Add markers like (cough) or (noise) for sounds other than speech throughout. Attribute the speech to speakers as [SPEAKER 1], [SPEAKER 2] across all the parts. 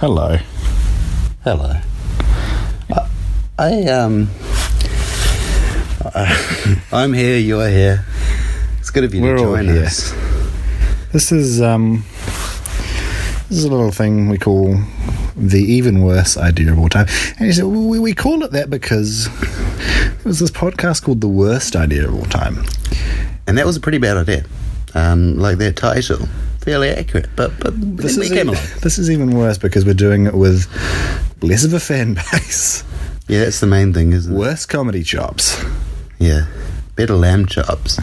[SPEAKER 1] Hello.
[SPEAKER 2] Hello. I, I um, (laughs) I'm here. You're here. It's good of you
[SPEAKER 1] We're
[SPEAKER 2] to
[SPEAKER 1] all
[SPEAKER 2] join
[SPEAKER 1] here.
[SPEAKER 2] us.
[SPEAKER 1] This is um, this is a little thing we call the even worse idea of all time. And you said well, we, we call it that because there was this podcast called the worst idea of all time.
[SPEAKER 2] And that was a pretty bad idea. Um, like their title, fairly accurate. But but this we
[SPEAKER 1] is
[SPEAKER 2] came
[SPEAKER 1] e-
[SPEAKER 2] along.
[SPEAKER 1] this is even worse because we're doing it with less of a fan (laughs) base,
[SPEAKER 2] Yeah, that's the main thing, isn't it?
[SPEAKER 1] worse comedy chops.
[SPEAKER 2] Yeah, better
[SPEAKER 1] (laughs)
[SPEAKER 2] lamb chops.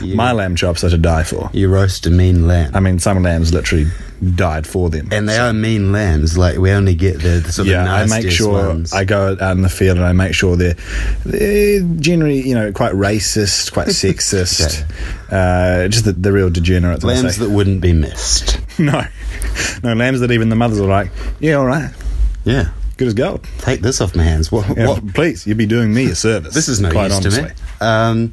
[SPEAKER 2] You-
[SPEAKER 1] My lamb chops are to die for.
[SPEAKER 2] you roast a mean lamb.
[SPEAKER 1] I mean, some lambs literally died for them.
[SPEAKER 2] and they are mean lambs. Like we only get the, the sort of
[SPEAKER 1] yeah, I
[SPEAKER 2] nastiest
[SPEAKER 1] make sure
[SPEAKER 2] ones.
[SPEAKER 1] I go out in the field and I make sure they're, they're generally, you know, quite racist,
[SPEAKER 2] (laughs)
[SPEAKER 1] quite sexist, uh, just the, the real degenerates. I
[SPEAKER 2] lambs
[SPEAKER 1] say.
[SPEAKER 2] that wouldn't be missed.
[SPEAKER 1] (laughs) no, no lambs that even the mothers are like, yeah, all right,
[SPEAKER 2] Yeah,
[SPEAKER 1] good as gold.
[SPEAKER 2] take this off my hands. What?
[SPEAKER 1] Yeah,
[SPEAKER 2] what?
[SPEAKER 1] Please, you'd be doing me a service.
[SPEAKER 2] This is no
[SPEAKER 1] quite
[SPEAKER 2] use
[SPEAKER 1] honestly.
[SPEAKER 2] to me. Um,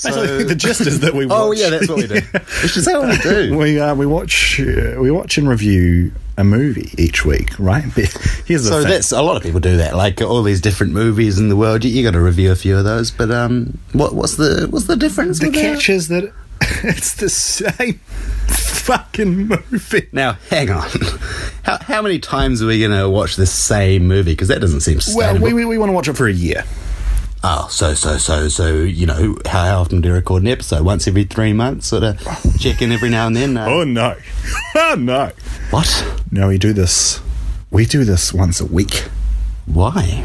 [SPEAKER 1] Basically, (laughs)
[SPEAKER 2] so-
[SPEAKER 1] the gist is that we. Watch.
[SPEAKER 2] (laughs) Oh yeah, that's what
[SPEAKER 1] (laughs)
[SPEAKER 2] we do. Which is what we do.
[SPEAKER 1] We uh, we watch uh, we watch and review a movie each week, right? (laughs) But here's the
[SPEAKER 2] So
[SPEAKER 1] thing.
[SPEAKER 2] that's a lot of people do that. Like all these different movies in the world, you, you got to review a few of those. But um, what what's the what's the difference?
[SPEAKER 1] the
[SPEAKER 2] with that?
[SPEAKER 1] catch is that (laughs) it's the same fucking movie.
[SPEAKER 2] Now, hang on. (laughs) How, how many times are we going to watch the same movie? Because that doesn't seem
[SPEAKER 1] Well,
[SPEAKER 2] sustainable.
[SPEAKER 1] we, we, we want to watch it for a year.
[SPEAKER 2] oh, so, so, so, so, you know, how, how often do you record an episode? Once every three months? Sort of check in every now and then? Uh,
[SPEAKER 1] Oh no, (laughs) oh no.
[SPEAKER 2] What?
[SPEAKER 1] No, we do this. We do this once a week.
[SPEAKER 2] Why?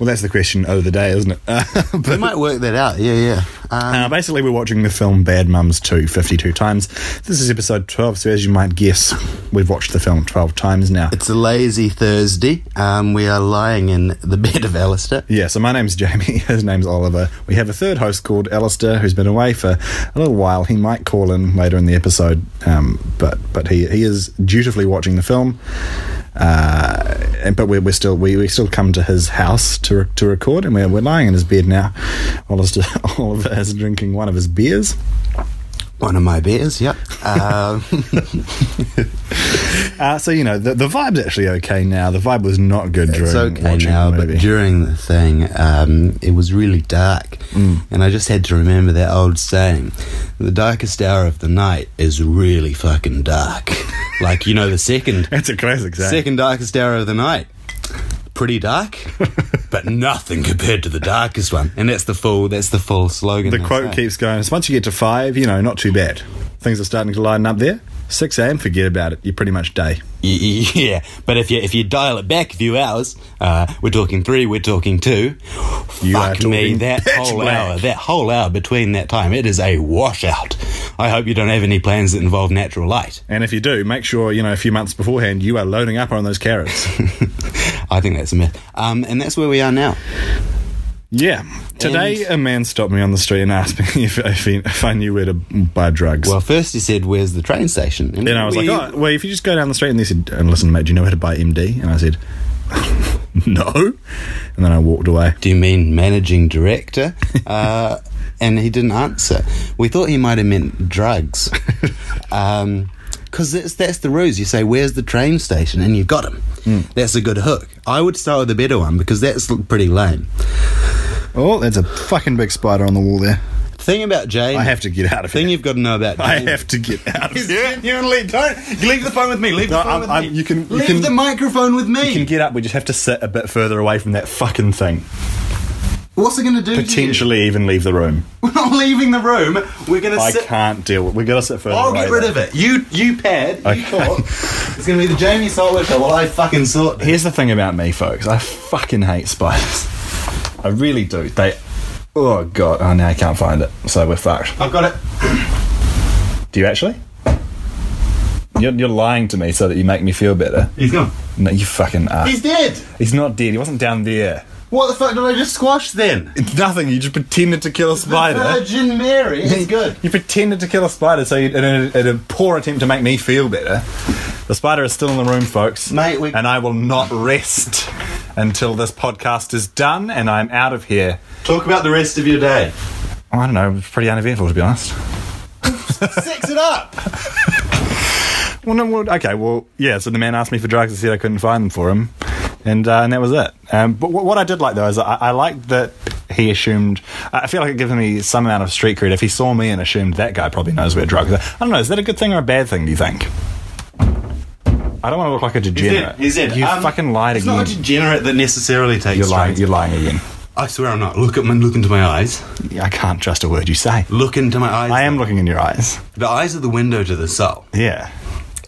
[SPEAKER 1] Well, that's the question of the day, isn't it? (laughs) Uh,
[SPEAKER 2] We
[SPEAKER 1] but
[SPEAKER 2] might work that out. Yeah, yeah. Um,
[SPEAKER 1] uh, basically, we're watching the film Bad Mums 2 52 times. This is episode 12, so as you might guess, we've watched the film 12 times now.
[SPEAKER 2] it's a lazy Thursday. Um, we are lying in the (laughs) bed of Alistair.
[SPEAKER 1] Yeah, so my name's Jamie, (laughs) his name's Oliver. We have a third host called Alistair who's been away for a little while. He might call in later in the episode, um, but but he, he is dutifully watching the film. Uh, and, but we're, we're still we, we still come to his house to re- to record, and we're, we're lying in his bed now. (laughs) Alistair Oliver is drinking one of his beers.
[SPEAKER 2] One of my
[SPEAKER 1] (laughs)
[SPEAKER 2] beers, yep. Um,
[SPEAKER 1] Uh, so you know the the vibe's actually okay now. The vibe was not good during
[SPEAKER 2] it's okay
[SPEAKER 1] watching
[SPEAKER 2] now,
[SPEAKER 1] the
[SPEAKER 2] but
[SPEAKER 1] movie.
[SPEAKER 2] during the thing, um, it was really dark,
[SPEAKER 1] Mm.
[SPEAKER 2] and I just had to remember that old saying: "The darkest hour of the night is really
[SPEAKER 1] (laughs)
[SPEAKER 2] fucking dark." like you know, the second
[SPEAKER 1] (laughs) it's a classic. Zach.
[SPEAKER 2] second darkest hour of the night,
[SPEAKER 1] (laughs)
[SPEAKER 2] pretty dark, but nothing compared to the darkest one. And that's the full that's the full slogan.
[SPEAKER 1] The
[SPEAKER 2] they
[SPEAKER 1] quote
[SPEAKER 2] say.
[SPEAKER 1] keeps going. So once you get to five, you know, not too bad. Things are starting to line up there. 6 a.m., forget about it. You're pretty much day.
[SPEAKER 2] Y- (laughs) y- Yeah, but if you if you dial it back a few hours, uh, we're talking three, we're talking two.
[SPEAKER 1] You
[SPEAKER 2] Fuck
[SPEAKER 1] are
[SPEAKER 2] me,
[SPEAKER 1] talking (laughs)
[SPEAKER 2] that
[SPEAKER 1] pitch
[SPEAKER 2] whole
[SPEAKER 1] black.
[SPEAKER 2] hour, that whole hour between that time, it is a washout. I hope you don't have any plans that involve natural light. (laughs)
[SPEAKER 1] And if you do, make sure, you know, a few months beforehand, you are loading up on those (laughs) carrots.
[SPEAKER 2] I think that's a myth, um, and that's where we are now.
[SPEAKER 1] yeah. Today, a man stopped me on the street and asked me (laughs) if, if, he, if I knew where to buy drugs.
[SPEAKER 2] Well, first he said, "Where's the train station?"
[SPEAKER 1] then I was
[SPEAKER 2] we-
[SPEAKER 1] like, oh, well, if you just go down the street, and they said, and listen, mate, do you know where to buy MD? And I said, (laughs) no. And then I walked away.
[SPEAKER 2] Do you mean managing
[SPEAKER 1] (laughs)
[SPEAKER 2] director? Uh, and he didn't answer. We thought he might have meant drugs.
[SPEAKER 1] (laughs)
[SPEAKER 2] Because that's, that's the ruse. You say, Where's the train station? And you got him.
[SPEAKER 1] Hmm.
[SPEAKER 2] That's a good hook. I would start with the better one because that's l- pretty lame.
[SPEAKER 1] Oh, that's a fucking big spider on the wall there.
[SPEAKER 2] Thing about Jamie.
[SPEAKER 1] I have to get out of (laughs)
[SPEAKER 2] Thing
[SPEAKER 1] here.
[SPEAKER 2] you've got to know about Jamie.
[SPEAKER 1] I have to get
[SPEAKER 2] (laughs)
[SPEAKER 1] out of here.
[SPEAKER 2] genuinely don't leave the phone with me. Leave
[SPEAKER 1] No,
[SPEAKER 2] the phone
[SPEAKER 1] I'm-
[SPEAKER 2] with
[SPEAKER 1] I'm-
[SPEAKER 2] me.
[SPEAKER 1] you can- you
[SPEAKER 2] leave
[SPEAKER 1] can-
[SPEAKER 2] the microphone with me.
[SPEAKER 1] We can get up. We just have to sit a bit further away from that fucking thing.
[SPEAKER 2] What's it going to do? to you?
[SPEAKER 1] Potentially even leave the room.
[SPEAKER 2] (laughs) We're not leaving the room. We're going to
[SPEAKER 1] I
[SPEAKER 2] sit
[SPEAKER 1] can't deal with. We gotta sit further.
[SPEAKER 2] I'll
[SPEAKER 1] away,
[SPEAKER 2] get rid
[SPEAKER 1] though.
[SPEAKER 2] of it. You you pad.
[SPEAKER 1] Okay.
[SPEAKER 2] You thought it's gonna be the Jamie Solo show. Well, I fucking sort it.
[SPEAKER 1] Here's the thing about me, folks. I fucking hate spiders. (laughs) I really do. They. Oh god. Oh now I can't find it. So we're fucked.
[SPEAKER 2] I've got it.
[SPEAKER 1] Do you actually? You're, you're lying to me so that you make me feel better.
[SPEAKER 2] He's gone.
[SPEAKER 1] No, you fucking are.
[SPEAKER 2] He's dead.
[SPEAKER 1] He's not dead. He wasn't down there.
[SPEAKER 2] What the fuck did I just squash then?
[SPEAKER 1] It's nothing. You just pretended to kill a spider.
[SPEAKER 2] Virgin Mary. (laughs) It's good.
[SPEAKER 1] You pretended to kill a spider, so you, in, a, in a poor attempt to make me feel better. The spider is still in the room, folks.
[SPEAKER 2] Mate, we-
[SPEAKER 1] And I will not rest until this podcast is done and I'm out of here.
[SPEAKER 2] Talk about the rest of your day.
[SPEAKER 1] I don't know, it's pretty uneventful, to be honest.
[SPEAKER 2] Sex it up.
[SPEAKER 1] Well, no, well, okay, well, yeah. So the man asked me for drugs. I said I couldn't find them for him, and uh, and that was it. Um, but what, what I did like though is I, I liked that he assumed. I I feel like it gives me some amount of street cred if he saw me and assumed that guy probably knows where drugs are. I don't know. Is that a good thing or a bad thing? Do you think? I don't want to look like a degenerate.
[SPEAKER 2] He's in.
[SPEAKER 1] You fucking lied
[SPEAKER 2] um, it's
[SPEAKER 1] again.
[SPEAKER 2] not a degenerate that necessarily takes
[SPEAKER 1] you're lying.
[SPEAKER 2] drugs.
[SPEAKER 1] You're lying again.
[SPEAKER 2] I swear I'm not. Look at my, look into my eyes.
[SPEAKER 1] Yeah, I can't trust a word you say.
[SPEAKER 2] Look into my eyes.
[SPEAKER 1] I am looking in your eyes.
[SPEAKER 2] The eyes are the window to the soul.
[SPEAKER 1] Yeah.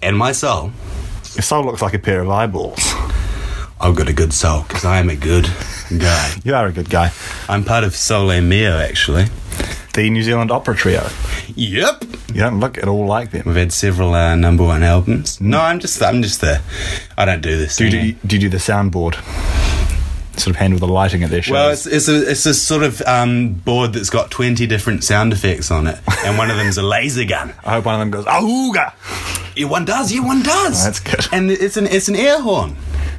[SPEAKER 2] And my soul,
[SPEAKER 1] Your soul looks like a pair of eyeballs.
[SPEAKER 2] I've got a good soul because I am a good guy.
[SPEAKER 1] You are a good guy.
[SPEAKER 2] I'm part of Sole Mio, actually.
[SPEAKER 1] The New Zealand Opera Trio.
[SPEAKER 2] Yep.
[SPEAKER 1] You don't look at all like them.
[SPEAKER 2] We've had several uh, number one albums. No, I'm just I'm just there. I don't do this.
[SPEAKER 1] Do you
[SPEAKER 2] anymore.
[SPEAKER 1] do, do, you do the soundboard? Sort of handle the lighting at their shows.
[SPEAKER 2] Well, it's, it's, a, it's a sort of um, board that's got 20 different sound effects on it, and one of them's a laser gun.
[SPEAKER 1] I hope one of them goes, Ahooga!
[SPEAKER 2] Yeah, one does, yeah, one does.
[SPEAKER 1] That's good.
[SPEAKER 2] And it's an, it's an air horn.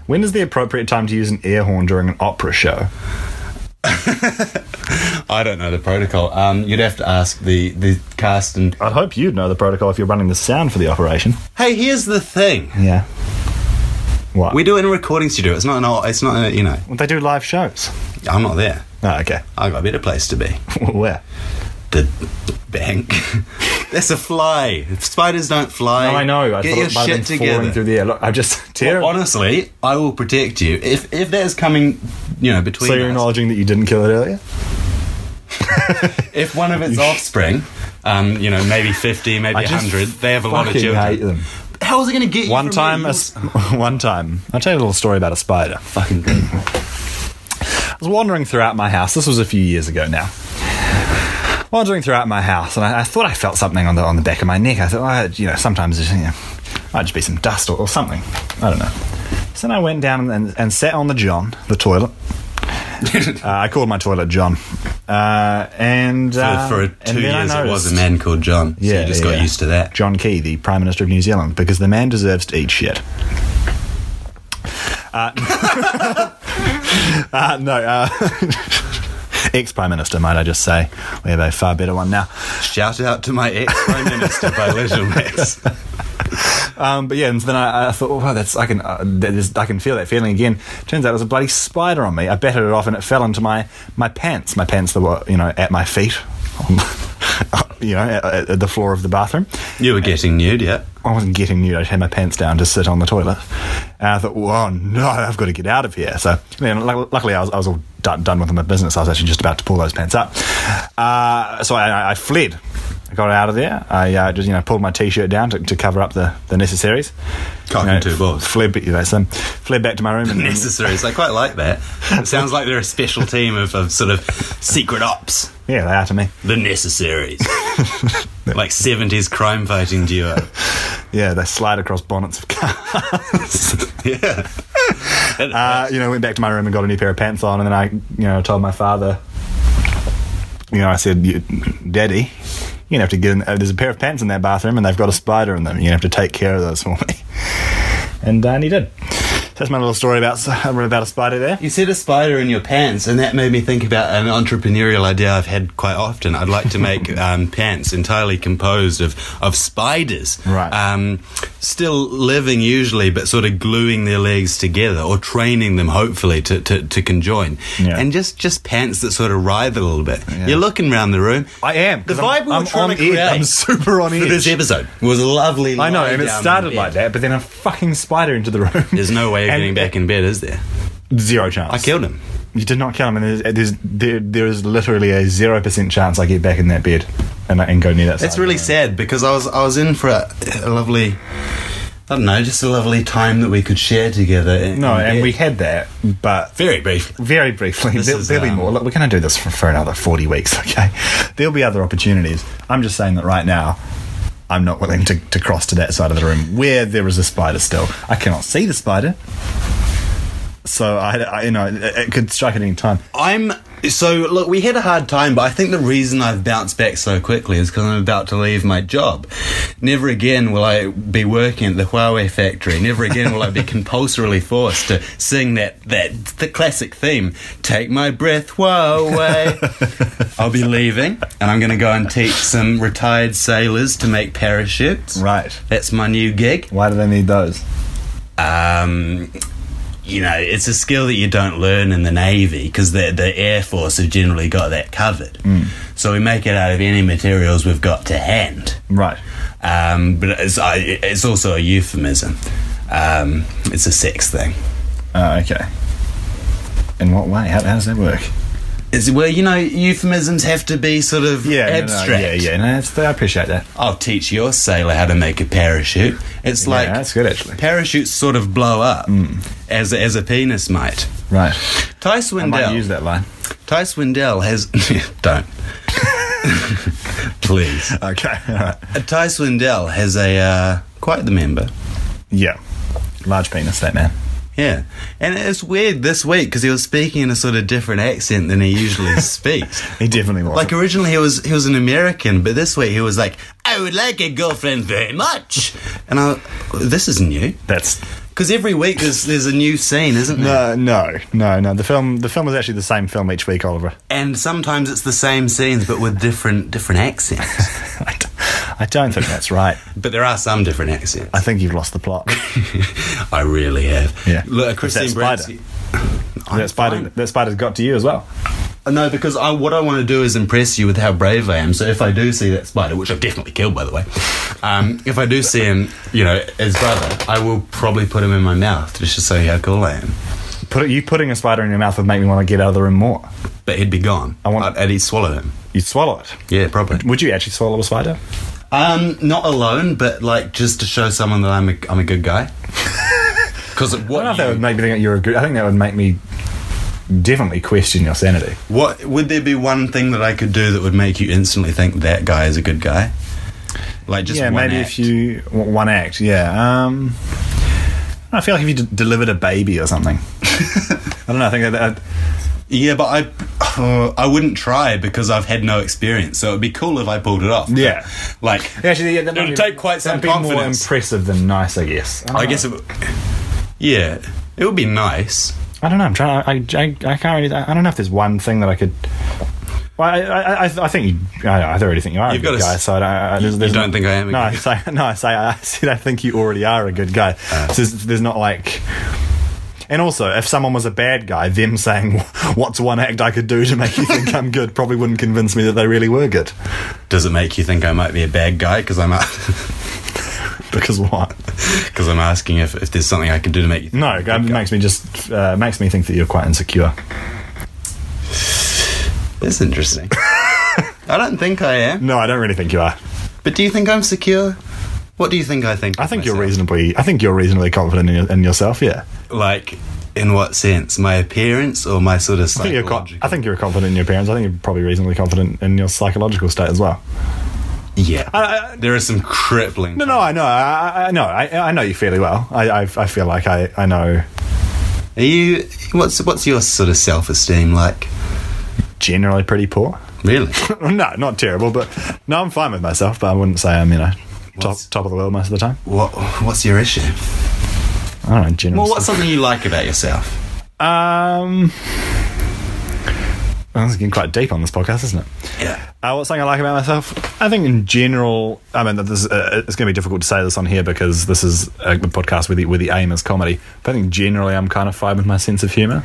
[SPEAKER 1] When is the appropriate time to use an air horn during an opera show?
[SPEAKER 2] I don't know the protocol. Um, you'd have to ask the, the cast and.
[SPEAKER 1] I'd hope you'd know the protocol if you're running the sound for the operation.
[SPEAKER 2] Hey, here's the thing.
[SPEAKER 1] Yeah. What?
[SPEAKER 2] We do it in a recording studio. It's not an old, it's not, a, you know,
[SPEAKER 1] Well, they do live shows.
[SPEAKER 2] I'm not there.
[SPEAKER 1] Oh, okay.
[SPEAKER 2] i got a better place to be.
[SPEAKER 1] (laughs) Where?
[SPEAKER 2] The bank. (laughs) That's a fly. Spiders don't fly.
[SPEAKER 1] Oh, I know. I
[SPEAKER 2] Get
[SPEAKER 1] thought
[SPEAKER 2] your
[SPEAKER 1] it might have
[SPEAKER 2] shit
[SPEAKER 1] been falling
[SPEAKER 2] together.
[SPEAKER 1] through the air. Look, I'm just tearing.
[SPEAKER 2] Well, honestly, I will protect you. If if that is coming, you know, between
[SPEAKER 1] so you're
[SPEAKER 2] us,
[SPEAKER 1] acknowledging that you didn't kill it earlier?
[SPEAKER 2] if one of its offspring, um, you know, maybe fifty, maybe
[SPEAKER 1] just
[SPEAKER 2] hundred, they have a lot of
[SPEAKER 1] fucking
[SPEAKER 2] children.
[SPEAKER 1] hate them.
[SPEAKER 2] How is it going to get you
[SPEAKER 1] One
[SPEAKER 2] from
[SPEAKER 1] time,
[SPEAKER 2] me?
[SPEAKER 1] a s (laughs) one time, I'll tell you a little story about a spider.
[SPEAKER 2] fucking good.
[SPEAKER 1] I was wandering throughout my house. This was a few years ago now. Wandering throughout my house, and I, I thought I felt something on the on the back of my neck. I thought, oh, you know, sometimes it's, you know, might just be some dust or, or something. I don't know. So then I went down and, and sat on the John, the toilet.
[SPEAKER 2] (laughs)
[SPEAKER 1] Uh, I called my toilet John, uh, and uh,
[SPEAKER 2] For
[SPEAKER 1] and
[SPEAKER 2] two
[SPEAKER 1] then I
[SPEAKER 2] years, it was a
[SPEAKER 1] noticed-
[SPEAKER 2] man called John. so you just got used to that.
[SPEAKER 1] John Key, the Prime Minister of New Zealand, because the man deserves to eat shit. (laughs) Uh, uh, no, uh, (laughs) ex Prime Minister, might I just say. We have a far better one now.
[SPEAKER 2] Shout out to my ex
[SPEAKER 1] (laughs)
[SPEAKER 2] prime minister by Little Mix.
[SPEAKER 1] Um, but yeah, and then I, I thought, oh, wow, that's I can uh, that is, I can feel that feeling again. Turns out it was a bloody spider on me. I batted it off, and it fell into my my pants. My pants that were you know at my feet, (laughs) on, you know, at, at the floor of the bathroom.
[SPEAKER 2] You were getting nude, yeah.
[SPEAKER 1] I wasn't getting nude. I just had my pants down to sit on the toilet. And I thought, well, no, I've got to get out of here. So you know, lu- luckily, I was, I was all done, done with my business. I was actually just about to pull those pants up. Uh, so I, I fled. I got out of there. I uh, just, you know, pulled my t-shirt down to, to cover up the, the necessaries.
[SPEAKER 2] Cock and two balls.
[SPEAKER 1] Fled, you know, so fled back to my room. And,
[SPEAKER 2] Necessaries. I quite like that. It sounds like they're a special team of, of sort of secret ops.
[SPEAKER 1] yeah, they are to me.
[SPEAKER 2] The necessaries. like 70s crime fighting duo. (laughs)
[SPEAKER 1] Yeah, they slide across bonnets of cars.
[SPEAKER 2] yeah.
[SPEAKER 1] uh, you know, went back to my room and got a new pair of pants on, and then I, you know, told my father, you know, I said, "You- "Daddy, you're gonna have to get in. Uh, there's a pair of pants in that bathroom, and they've got a spider in them. You're gonna have to take care of those for me." (laughs) And, uh, and he did. So that's my little story about (laughs) about a spider there.
[SPEAKER 2] You said a spider in your pants, and that made me think about an entrepreneurial idea I've had quite often.
[SPEAKER 1] (laughs)
[SPEAKER 2] I'd like to make um, pants entirely composed of, of spiders.
[SPEAKER 1] Right.
[SPEAKER 2] Um, still living usually, but sort of gluing their legs together or training them, hopefully, to, to, to conjoin.
[SPEAKER 1] Yeah.
[SPEAKER 2] And just, just pants that sort of writhe a little bit. You're looking around the room.
[SPEAKER 1] I am
[SPEAKER 2] The
[SPEAKER 1] 'cause I'm-
[SPEAKER 2] vibe we were
[SPEAKER 1] I'm
[SPEAKER 2] trying
[SPEAKER 1] on
[SPEAKER 2] to create
[SPEAKER 1] edge. I'm super (laughs) on
[SPEAKER 2] for this
[SPEAKER 1] edge.
[SPEAKER 2] episode was a lovely
[SPEAKER 1] I know,
[SPEAKER 2] lie
[SPEAKER 1] and it
[SPEAKER 2] down
[SPEAKER 1] started
[SPEAKER 2] bed.
[SPEAKER 1] like that, but then a fucking spider into the room.
[SPEAKER 2] There's no way
[SPEAKER 1] (laughs)
[SPEAKER 2] of
[SPEAKER 1] And-
[SPEAKER 2] getting back in bed, is there?
[SPEAKER 1] Zero chance.
[SPEAKER 2] I killed him.
[SPEAKER 1] You did not kill him, and there's, there's there, there is literally a zero percent chance I get back in that bed and I, and go near that.
[SPEAKER 2] It's
[SPEAKER 1] spider.
[SPEAKER 2] really sad because I was I was in for a, a lovely, I don't know, just a lovely time that we could share together. in-
[SPEAKER 1] No,
[SPEAKER 2] in
[SPEAKER 1] and
[SPEAKER 2] bed.
[SPEAKER 1] we had that, but
[SPEAKER 2] very briefly.
[SPEAKER 1] very briefly.
[SPEAKER 2] This
[SPEAKER 1] There,
[SPEAKER 2] is,
[SPEAKER 1] will be
[SPEAKER 2] um,
[SPEAKER 1] more. Look, we're going to do this for, for another 40 weeks, (laughs) okay? There'll be other opportunities. I'm just saying that right now, I'm not willing to, to cross to that side of the room where there is a spider still. I cannot see the spider. So, I, I- you know, it, it could strike at any time.
[SPEAKER 2] I'm So look, we had a hard time, but I think the reason I've bounced back so quickly is because I'm about to leave my job. Never again will I be working at the Huawei factory. Never again will I be compulsorily forced to sing that that the classic theme, "Take My Breath, Huawei." I'll be leaving, and I'm going to go and teach some retired sailors to make parachutes.
[SPEAKER 1] Right.
[SPEAKER 2] That's my new gig.
[SPEAKER 1] Why do they need those?
[SPEAKER 2] Um, you know, it's a skill that you don't learn in the Navy because the, the Air Force have generally got that covered.
[SPEAKER 1] Mm.
[SPEAKER 2] So we make it out of any materials we've got to hand.
[SPEAKER 1] Right.
[SPEAKER 2] Um, but it's, I- it's also a euphemism. Um, it's a sex thing.
[SPEAKER 1] Uh, okay. In what way? How, how does that work?
[SPEAKER 2] It's, well, you know, euphemisms have to be sort of abstract.
[SPEAKER 1] yeah, yeah. No, that's, I appreciate that.
[SPEAKER 2] I'll teach your sailor how to make a parachute. It's like
[SPEAKER 1] yeah, that's good actually.
[SPEAKER 2] parachutes sort of blow up as, as a penis might.
[SPEAKER 1] Right.
[SPEAKER 2] Ty
[SPEAKER 1] I might
[SPEAKER 2] Swindell.
[SPEAKER 1] use that line.
[SPEAKER 2] Ty Swindell has (laughs) don't please.
[SPEAKER 1] Okay. (laughs) All right.
[SPEAKER 2] Uh, Ty Swindell has a uh, quite the member.
[SPEAKER 1] Yeah. Large penis, that man.
[SPEAKER 2] Yeah, and it's weird this week because he was speaking in a sort of different accent than he usually speaks.
[SPEAKER 1] He definitely was.
[SPEAKER 2] Like originally he was he was an American, but this week he was like, "I would like a girlfriend very much," and I, this is new
[SPEAKER 1] that's
[SPEAKER 2] because every week there's there's a new scene, isn't there?
[SPEAKER 1] no, Uh, no, no, no. The film, the film is actually the same film each week, Oliver. (laughs)
[SPEAKER 2] And sometimes it's the same scenes but with different different accents.
[SPEAKER 1] I, d- I don't think that's right.
[SPEAKER 2] but there are some different accents.
[SPEAKER 1] (laughs) I think you've lost the plot.
[SPEAKER 2] (laughs) I really have.
[SPEAKER 1] Yeah.
[SPEAKER 2] Look,
[SPEAKER 1] It's
[SPEAKER 2] Christine
[SPEAKER 1] that spider.
[SPEAKER 2] Bransky- I'm
[SPEAKER 1] that spider,
[SPEAKER 2] fine.
[SPEAKER 1] that spider's got to you as well.
[SPEAKER 2] uh, No, because I, what I want to do is impress you with how brave I am. So if I do see that spider, which I've definitely killed, by the way, um, if I do see him, you know, as brother, I will probably put him in my mouth just to show you how cool I am.
[SPEAKER 1] Put it, you putting a spider in your mouth would make me want to get out of the room more.
[SPEAKER 2] But he'd be gone. I
[SPEAKER 1] want-
[SPEAKER 2] I'd, and he'd swallow him.
[SPEAKER 1] You'd swallow it.
[SPEAKER 2] Yeah, probably.
[SPEAKER 1] Would you actually swallow a spider?
[SPEAKER 2] Um, not alone, but like just to show someone that I'm a, I'm a good guy. (laughs) Because
[SPEAKER 1] I don't
[SPEAKER 2] what
[SPEAKER 1] know if that
[SPEAKER 2] you-
[SPEAKER 1] would make me think that you're a good. I think that would make me definitely question your sanity.
[SPEAKER 2] What would there be one thing that I could do that would make you instantly think that guy is a good guy? Like just
[SPEAKER 1] yeah,
[SPEAKER 2] one
[SPEAKER 1] maybe
[SPEAKER 2] act.
[SPEAKER 1] if you w- one act. Yeah. Um, I feel like if you d- delivered a baby or something. (laughs) I don't know. I think that, that
[SPEAKER 2] yeah, but I I (sighs) wouldn't try because I've had no experience. So it'd be cool if I pulled it off.
[SPEAKER 1] Yeah.
[SPEAKER 2] like
[SPEAKER 1] actually yeah, that
[SPEAKER 2] It'd
[SPEAKER 1] might be-
[SPEAKER 2] take quite some
[SPEAKER 1] that'd be more
[SPEAKER 2] confidence.
[SPEAKER 1] impressive than nice. I guess.
[SPEAKER 2] I guess it. would- Yeah, it would be nice.
[SPEAKER 1] I don't know. I'm trying. To, I, I I can't really. I don't know if there's one thing that I could. Well, I I, I, I think you. I, I already think you are
[SPEAKER 2] You've
[SPEAKER 1] a good
[SPEAKER 2] got a
[SPEAKER 1] guy.
[SPEAKER 2] s-
[SPEAKER 1] So I, don't- I, I, there's,
[SPEAKER 2] you
[SPEAKER 1] there's
[SPEAKER 2] don't think I am a
[SPEAKER 1] no,
[SPEAKER 2] good
[SPEAKER 1] I say no. I say I said I think you already are a good guy.
[SPEAKER 2] Uh.
[SPEAKER 1] so there's, there's not like. And also, if someone was a bad guy, them saying (laughs) what's one act I could do to make you think I'm good probably wouldn't convince me that they really were good.
[SPEAKER 2] Does it make you think I might be a (laughs) bad guy because I'm
[SPEAKER 1] Because what?
[SPEAKER 2] because I'm asking if, if there's something I can do to make you? Think
[SPEAKER 1] No, it makes me just uh, makes me think that you're quite insecure. (laughs)
[SPEAKER 2] That's interesting. I don't think I am.
[SPEAKER 1] No, I don't really think you are.
[SPEAKER 2] But do you think I'm secure? What do you think I think?
[SPEAKER 1] I
[SPEAKER 2] of
[SPEAKER 1] think you're
[SPEAKER 2] myself?
[SPEAKER 1] reasonably. I think you're reasonably confident in, your, in yourself. Yeah.
[SPEAKER 2] Like, in what sense? My appearance or my sort of
[SPEAKER 1] I think, you're co-
[SPEAKER 2] psychological?
[SPEAKER 1] I think you're confident in your parents. I think you're probably reasonably confident in your psychological state as well.
[SPEAKER 2] yeah.
[SPEAKER 1] I- I-
[SPEAKER 2] there is some crippling.
[SPEAKER 1] Uh, No, no, I know. I, I- I know. I, I know you fairly well. I, I, I feel like I, I know
[SPEAKER 2] Are you? What's what's your sort of self-esteem like?
[SPEAKER 1] generally pretty poor. (laughs)
[SPEAKER 2] Really?
[SPEAKER 1] no, not terrible, but no, I'm fine with myself. But I wouldn't say I'm you know top,
[SPEAKER 2] What's-
[SPEAKER 1] top of the world most of the time.
[SPEAKER 2] what What's your issue?
[SPEAKER 1] I don't know. Generally,
[SPEAKER 2] Well, what's something you like about yourself?
[SPEAKER 1] um. Well, this is getting quite deep on this podcast, isn't it?
[SPEAKER 2] Yeah.
[SPEAKER 1] Uh, what's something I like about myself? I think in general, I mean, this is, uh, it's going to be difficult to say this on here because this is a podcast where the, where the aim is comedy. But I think generally I'm kind of fine with my sense of humour.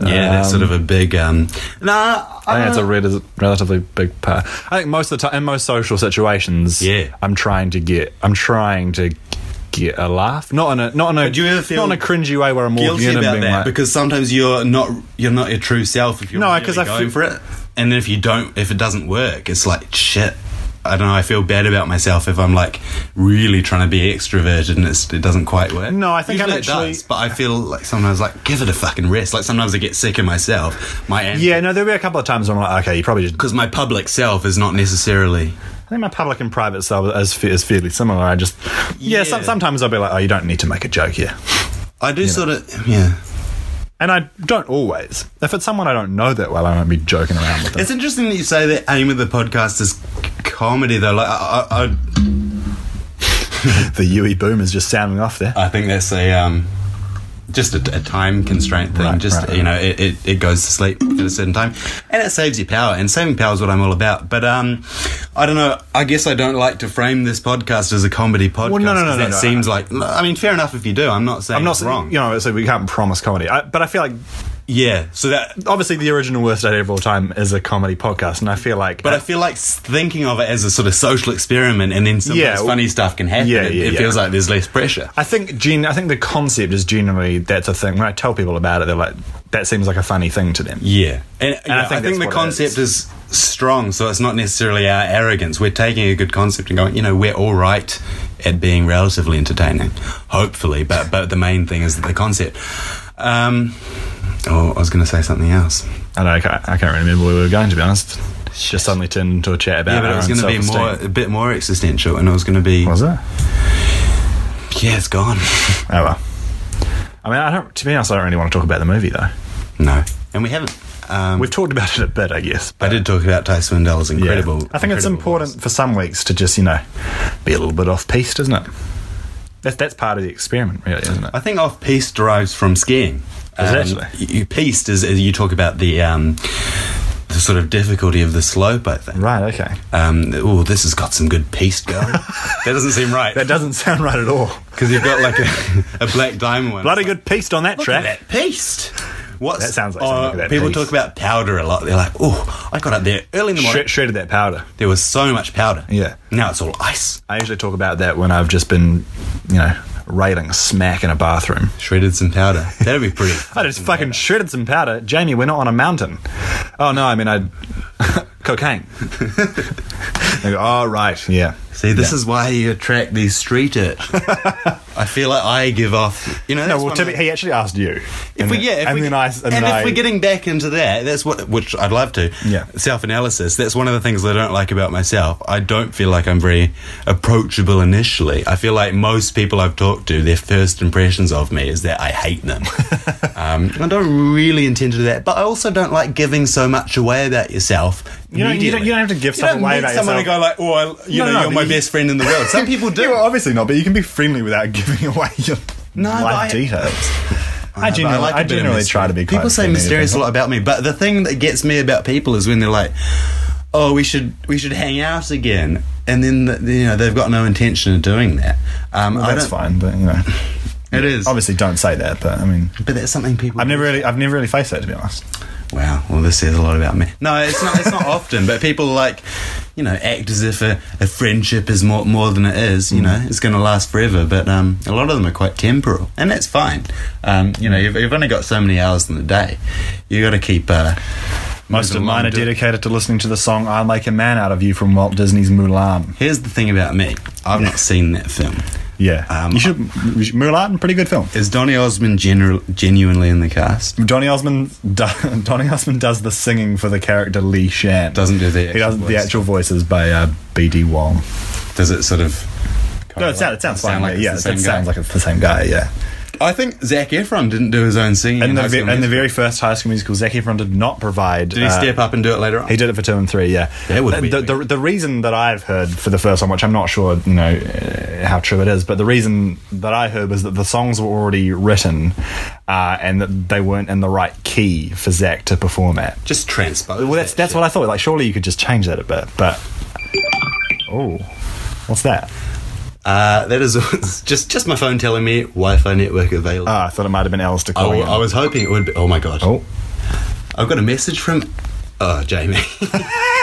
[SPEAKER 2] Yeah, that's sort of a big. um Nah.
[SPEAKER 1] I think
[SPEAKER 2] I
[SPEAKER 1] it's a red, relatively big part. I think most of the time, in most social situations,
[SPEAKER 2] Yeah.
[SPEAKER 1] I'm trying to get, I'm trying to get a laugh. Not in a, not in a,
[SPEAKER 2] do you ever feel
[SPEAKER 1] not in a cringy way where I'm all
[SPEAKER 2] guilty
[SPEAKER 1] and
[SPEAKER 2] about
[SPEAKER 1] being
[SPEAKER 2] that
[SPEAKER 1] like,
[SPEAKER 2] because sometimes you're not you're not your true self if you're
[SPEAKER 1] No,
[SPEAKER 2] no,
[SPEAKER 1] 'cause
[SPEAKER 2] really
[SPEAKER 1] I feel-
[SPEAKER 2] going for it. And if you don't, if it doesn't work, it's like shit. I don't know. I feel bad about myself if I'm like really trying to be extroverted and it's, it doesn't quite work.
[SPEAKER 1] No, I think I'm
[SPEAKER 2] Usually
[SPEAKER 1] actually-
[SPEAKER 2] it does, but I feel like sometimes like give it a fucking rest. Like sometimes I get sick of myself. My
[SPEAKER 1] yeah, no, there'll be a couple of times where I'm like, okay, you probably just
[SPEAKER 2] because my public self is not necessarily.
[SPEAKER 1] I think my public and private self is, fa- is fairly similar. I just, yeah,
[SPEAKER 2] Yeah.
[SPEAKER 1] some, sometimes I'll be like, oh, you don't need to make a joke here.
[SPEAKER 2] I do sort of yeah.
[SPEAKER 1] And I don't always. If it's someone I don't know that well, I won't be joking around
[SPEAKER 2] (laughs)
[SPEAKER 1] with them.
[SPEAKER 2] It's interesting that you say the aim of the podcast is c- comedy, though. Like, I, I, I
[SPEAKER 1] the Yui boom is just sounding off there.
[SPEAKER 2] I think that's a um, just a, a time constraint thing.
[SPEAKER 1] Right,
[SPEAKER 2] just
[SPEAKER 1] right.
[SPEAKER 2] you know, it, it, it goes to sleep at a certain time, and it saves you power. And saving power is what I'm all about. But um, I don't know. I guess I don't like to frame this podcast as a comedy podcast.
[SPEAKER 1] no, no,
[SPEAKER 2] 'cause
[SPEAKER 1] no, no,
[SPEAKER 2] That
[SPEAKER 1] no.
[SPEAKER 2] seems like I mean, fair enough if you do. I'm not saying
[SPEAKER 1] I'm not
[SPEAKER 2] it's
[SPEAKER 1] saying-
[SPEAKER 2] wrong.
[SPEAKER 1] You know, so we can't promise comedy. I, but I feel like
[SPEAKER 2] yeah. So that.
[SPEAKER 1] obviously the original worst idea of all time is a comedy podcast, and I feel like
[SPEAKER 2] But I feel like s- thinking of it as a sort of social experiment, and then some of
[SPEAKER 1] Yeah,
[SPEAKER 2] this
[SPEAKER 1] well-
[SPEAKER 2] funny stuff can happen.
[SPEAKER 1] Yeah,
[SPEAKER 2] it,
[SPEAKER 1] yeah,
[SPEAKER 2] it
[SPEAKER 1] yeah.
[SPEAKER 2] feels like there's less pressure.
[SPEAKER 1] I think gen- I think the concept is generally that's a thing. When I tell people about it, they're like, "That seems like a funny thing to them."
[SPEAKER 2] Yeah, and, you know, I
[SPEAKER 1] I think
[SPEAKER 2] think,
[SPEAKER 1] that's
[SPEAKER 2] the
[SPEAKER 1] what it
[SPEAKER 2] concept is. strong, so it's not necessarily our arrogance. We're taking a good concept and going, you know, we're all right at being relatively entertaining, hopefully. But but the main thing is the concept. Um, oh, I was going to say something else.
[SPEAKER 1] I know I can't, I can't really remember where we were going to be honest. It's Just suddenly turned into a chat about.
[SPEAKER 2] Yeah, but it
[SPEAKER 1] our
[SPEAKER 2] was
[SPEAKER 1] own
[SPEAKER 2] going to be more
[SPEAKER 1] self-esteem.
[SPEAKER 2] a bit more existential, and it was going to be
[SPEAKER 1] Was it?
[SPEAKER 2] yeah, it's gone. (laughs)
[SPEAKER 1] Oh well. I mean, I don't. To be honest, I don't really want to talk about the movie though.
[SPEAKER 2] no, and we haven't. Um,
[SPEAKER 1] We've talked about it a bit, I guess.
[SPEAKER 2] I did talk about Ty Swindoll's
[SPEAKER 1] Yeah.
[SPEAKER 2] incredible.
[SPEAKER 1] I think it's
[SPEAKER 2] incredible-
[SPEAKER 1] important for some weeks to just you know be a little bit off piste, isn't it? That's that's part of the experiment, really, isn't it?
[SPEAKER 2] I think off piste derives from skiing.
[SPEAKER 1] Does it
[SPEAKER 2] Um,
[SPEAKER 1] actually?
[SPEAKER 2] you- piste is, is you talk about the um, the sort of difficulty of the slope. I think.
[SPEAKER 1] Right. Okay.
[SPEAKER 2] Um, oh, this has got some good
[SPEAKER 1] (laughs)
[SPEAKER 2] piste going. that doesn't seem right
[SPEAKER 1] That doesn't (laughs) sound right at all.
[SPEAKER 2] because you've got like a, (laughs) a black diamond one.
[SPEAKER 1] Bloody good piste on that
[SPEAKER 2] Look
[SPEAKER 1] track.
[SPEAKER 2] at that piste. What's, Oh,
[SPEAKER 1] That sounds like something, look at that
[SPEAKER 2] people
[SPEAKER 1] piste.
[SPEAKER 2] talk about powder a lot. They're like, oh, I got up there early in the morning.
[SPEAKER 1] Shred- shredded that powder.
[SPEAKER 2] There was so much powder.
[SPEAKER 1] Yeah.
[SPEAKER 2] Now it's all ice.
[SPEAKER 1] I usually talk about that when I've just been, you know, railing smack in a bathroom.
[SPEAKER 2] Shredded some powder. That'd be pretty.
[SPEAKER 1] (laughs) I just fucking shredded some powder. Jamie, we're not on a mountain. Oh no, I mean I (laughs)
[SPEAKER 2] (laughs)
[SPEAKER 1] cocaine. I go, oh right, yeah.
[SPEAKER 2] See, this is why you attract these street urchins.
[SPEAKER 1] (laughs)
[SPEAKER 2] I feel like I give off. You know,
[SPEAKER 1] No,
[SPEAKER 2] that's
[SPEAKER 1] well,
[SPEAKER 2] one of
[SPEAKER 1] Timmy,
[SPEAKER 2] the-
[SPEAKER 1] he actually asked you.
[SPEAKER 2] If
[SPEAKER 1] and
[SPEAKER 2] we,
[SPEAKER 1] then-
[SPEAKER 2] yeah, if
[SPEAKER 1] and
[SPEAKER 2] we,
[SPEAKER 1] then I
[SPEAKER 2] and,
[SPEAKER 1] and, then I-
[SPEAKER 2] if we're getting back into that, that's what which I'd love to.
[SPEAKER 1] Yeah.
[SPEAKER 2] self-analysis. That's one of the things that I don't like about myself. I don't feel like I'm very approachable initially. I feel like most people I've talked to, their first impressions of me is that I
[SPEAKER 1] (laughs)
[SPEAKER 2] hate them. um, I don't really intend to do that, but I also don't like giving so much away about yourself.
[SPEAKER 1] You don't- you don't- you don't have to give
[SPEAKER 2] immediately.
[SPEAKER 1] stuff
[SPEAKER 2] You don't
[SPEAKER 1] away
[SPEAKER 2] need
[SPEAKER 1] about
[SPEAKER 2] someone
[SPEAKER 1] yourself.
[SPEAKER 2] to go like, "Oh, I, you
[SPEAKER 1] No,
[SPEAKER 2] know,
[SPEAKER 1] no,
[SPEAKER 2] you're
[SPEAKER 1] but
[SPEAKER 2] my
[SPEAKER 1] you-
[SPEAKER 2] best friend in the world."
[SPEAKER 1] (laughs)
[SPEAKER 2] Some people do.
[SPEAKER 1] Yeah, well, obviously not, but you can be friendly without (laughs) giving away your
[SPEAKER 2] No, but I-
[SPEAKER 1] life details. I
[SPEAKER 2] but
[SPEAKER 1] generally, I
[SPEAKER 2] like a bit of
[SPEAKER 1] generally
[SPEAKER 2] mystery.
[SPEAKER 1] try to be. quite
[SPEAKER 2] People say
[SPEAKER 1] friendly Oh, to
[SPEAKER 2] mysterious a
[SPEAKER 1] people.
[SPEAKER 2] lot about me, but the thing that gets me about people is when they're like, "Oh, we should we should hang out again," and then the, you know they've got no intention of doing that. Um, I
[SPEAKER 1] That's
[SPEAKER 2] don't-
[SPEAKER 1] fine, but you
[SPEAKER 2] (laughs)
[SPEAKER 1] know,
[SPEAKER 2] It is,
[SPEAKER 1] obviously don't say that. But I mean,
[SPEAKER 2] but that's something people.
[SPEAKER 1] I've never really, I've never really faced that to be honest.
[SPEAKER 2] Wow. Well, this says a lot about me. No, it's not. It's not (laughs) often, but people like, you know, act as if a, a friendship is more more than it is. You know, it's going to last forever. But um, a lot of them are quite temporal, and that's fine. Um, you know, you've, you've only got so many hours in the day. You got to keep. Uh,
[SPEAKER 1] Most
[SPEAKER 2] moving
[SPEAKER 1] of mine
[SPEAKER 2] along,
[SPEAKER 1] are
[SPEAKER 2] do it.
[SPEAKER 1] dedicated to listening to the song I'll Make a Man Out of You from Walt Disney's Mulan.
[SPEAKER 2] Here's the thing about me. I've not seen that film.
[SPEAKER 1] Yeah.
[SPEAKER 2] Um,
[SPEAKER 1] you should, you should- Mulan, pretty good film.
[SPEAKER 2] Is Donny Osmond genu- genuinely in the cast?
[SPEAKER 1] Donny Osmond, (laughs) do, Donny Osmond does the singing for the character Lee Shan.
[SPEAKER 2] Doesn't do the
[SPEAKER 1] He does
[SPEAKER 2] actual
[SPEAKER 1] the
[SPEAKER 2] voice.
[SPEAKER 1] actual voices by uh, B.D. Wong.
[SPEAKER 2] Does it sort of?
[SPEAKER 1] No, it sounds, it sounds fine.
[SPEAKER 2] like it's
[SPEAKER 1] yeah,
[SPEAKER 2] the
[SPEAKER 1] it
[SPEAKER 2] same guy?
[SPEAKER 1] sounds like it's the same guy. Yeah.
[SPEAKER 2] I think Zach Efron didn't do his own singing.
[SPEAKER 1] And
[SPEAKER 2] in
[SPEAKER 1] the,
[SPEAKER 2] High
[SPEAKER 1] ve-
[SPEAKER 2] School
[SPEAKER 1] and the
[SPEAKER 2] Musical.
[SPEAKER 1] very first High School Musical, Zac Efron did not provide.
[SPEAKER 2] Did he
[SPEAKER 1] uh,
[SPEAKER 2] step up and do it later on?
[SPEAKER 1] He did it for two and three, yeah.
[SPEAKER 2] That would
[SPEAKER 1] the,
[SPEAKER 2] be
[SPEAKER 1] the, the, the reason that I've heard for the first one, which I'm not sure, you know, uh, how true it is, but the reason that I heard was that the songs were already written, uh, and that they weren't in the right key for Zach to perform at.
[SPEAKER 2] Just transpose.
[SPEAKER 1] Well, that's that's what I thought. Like, surely you could just change that a bit, but oh, what's that?
[SPEAKER 2] Uh, that is (laughs) it's just just my phone telling me Wi-Fi network available.
[SPEAKER 1] Ah, I thought it might have been Alistair
[SPEAKER 2] I,
[SPEAKER 1] calling.
[SPEAKER 2] Oh, I was hoping it would. be... Oh my god!
[SPEAKER 1] oh,
[SPEAKER 2] I've got a message from. Oh, Jamie. (laughs)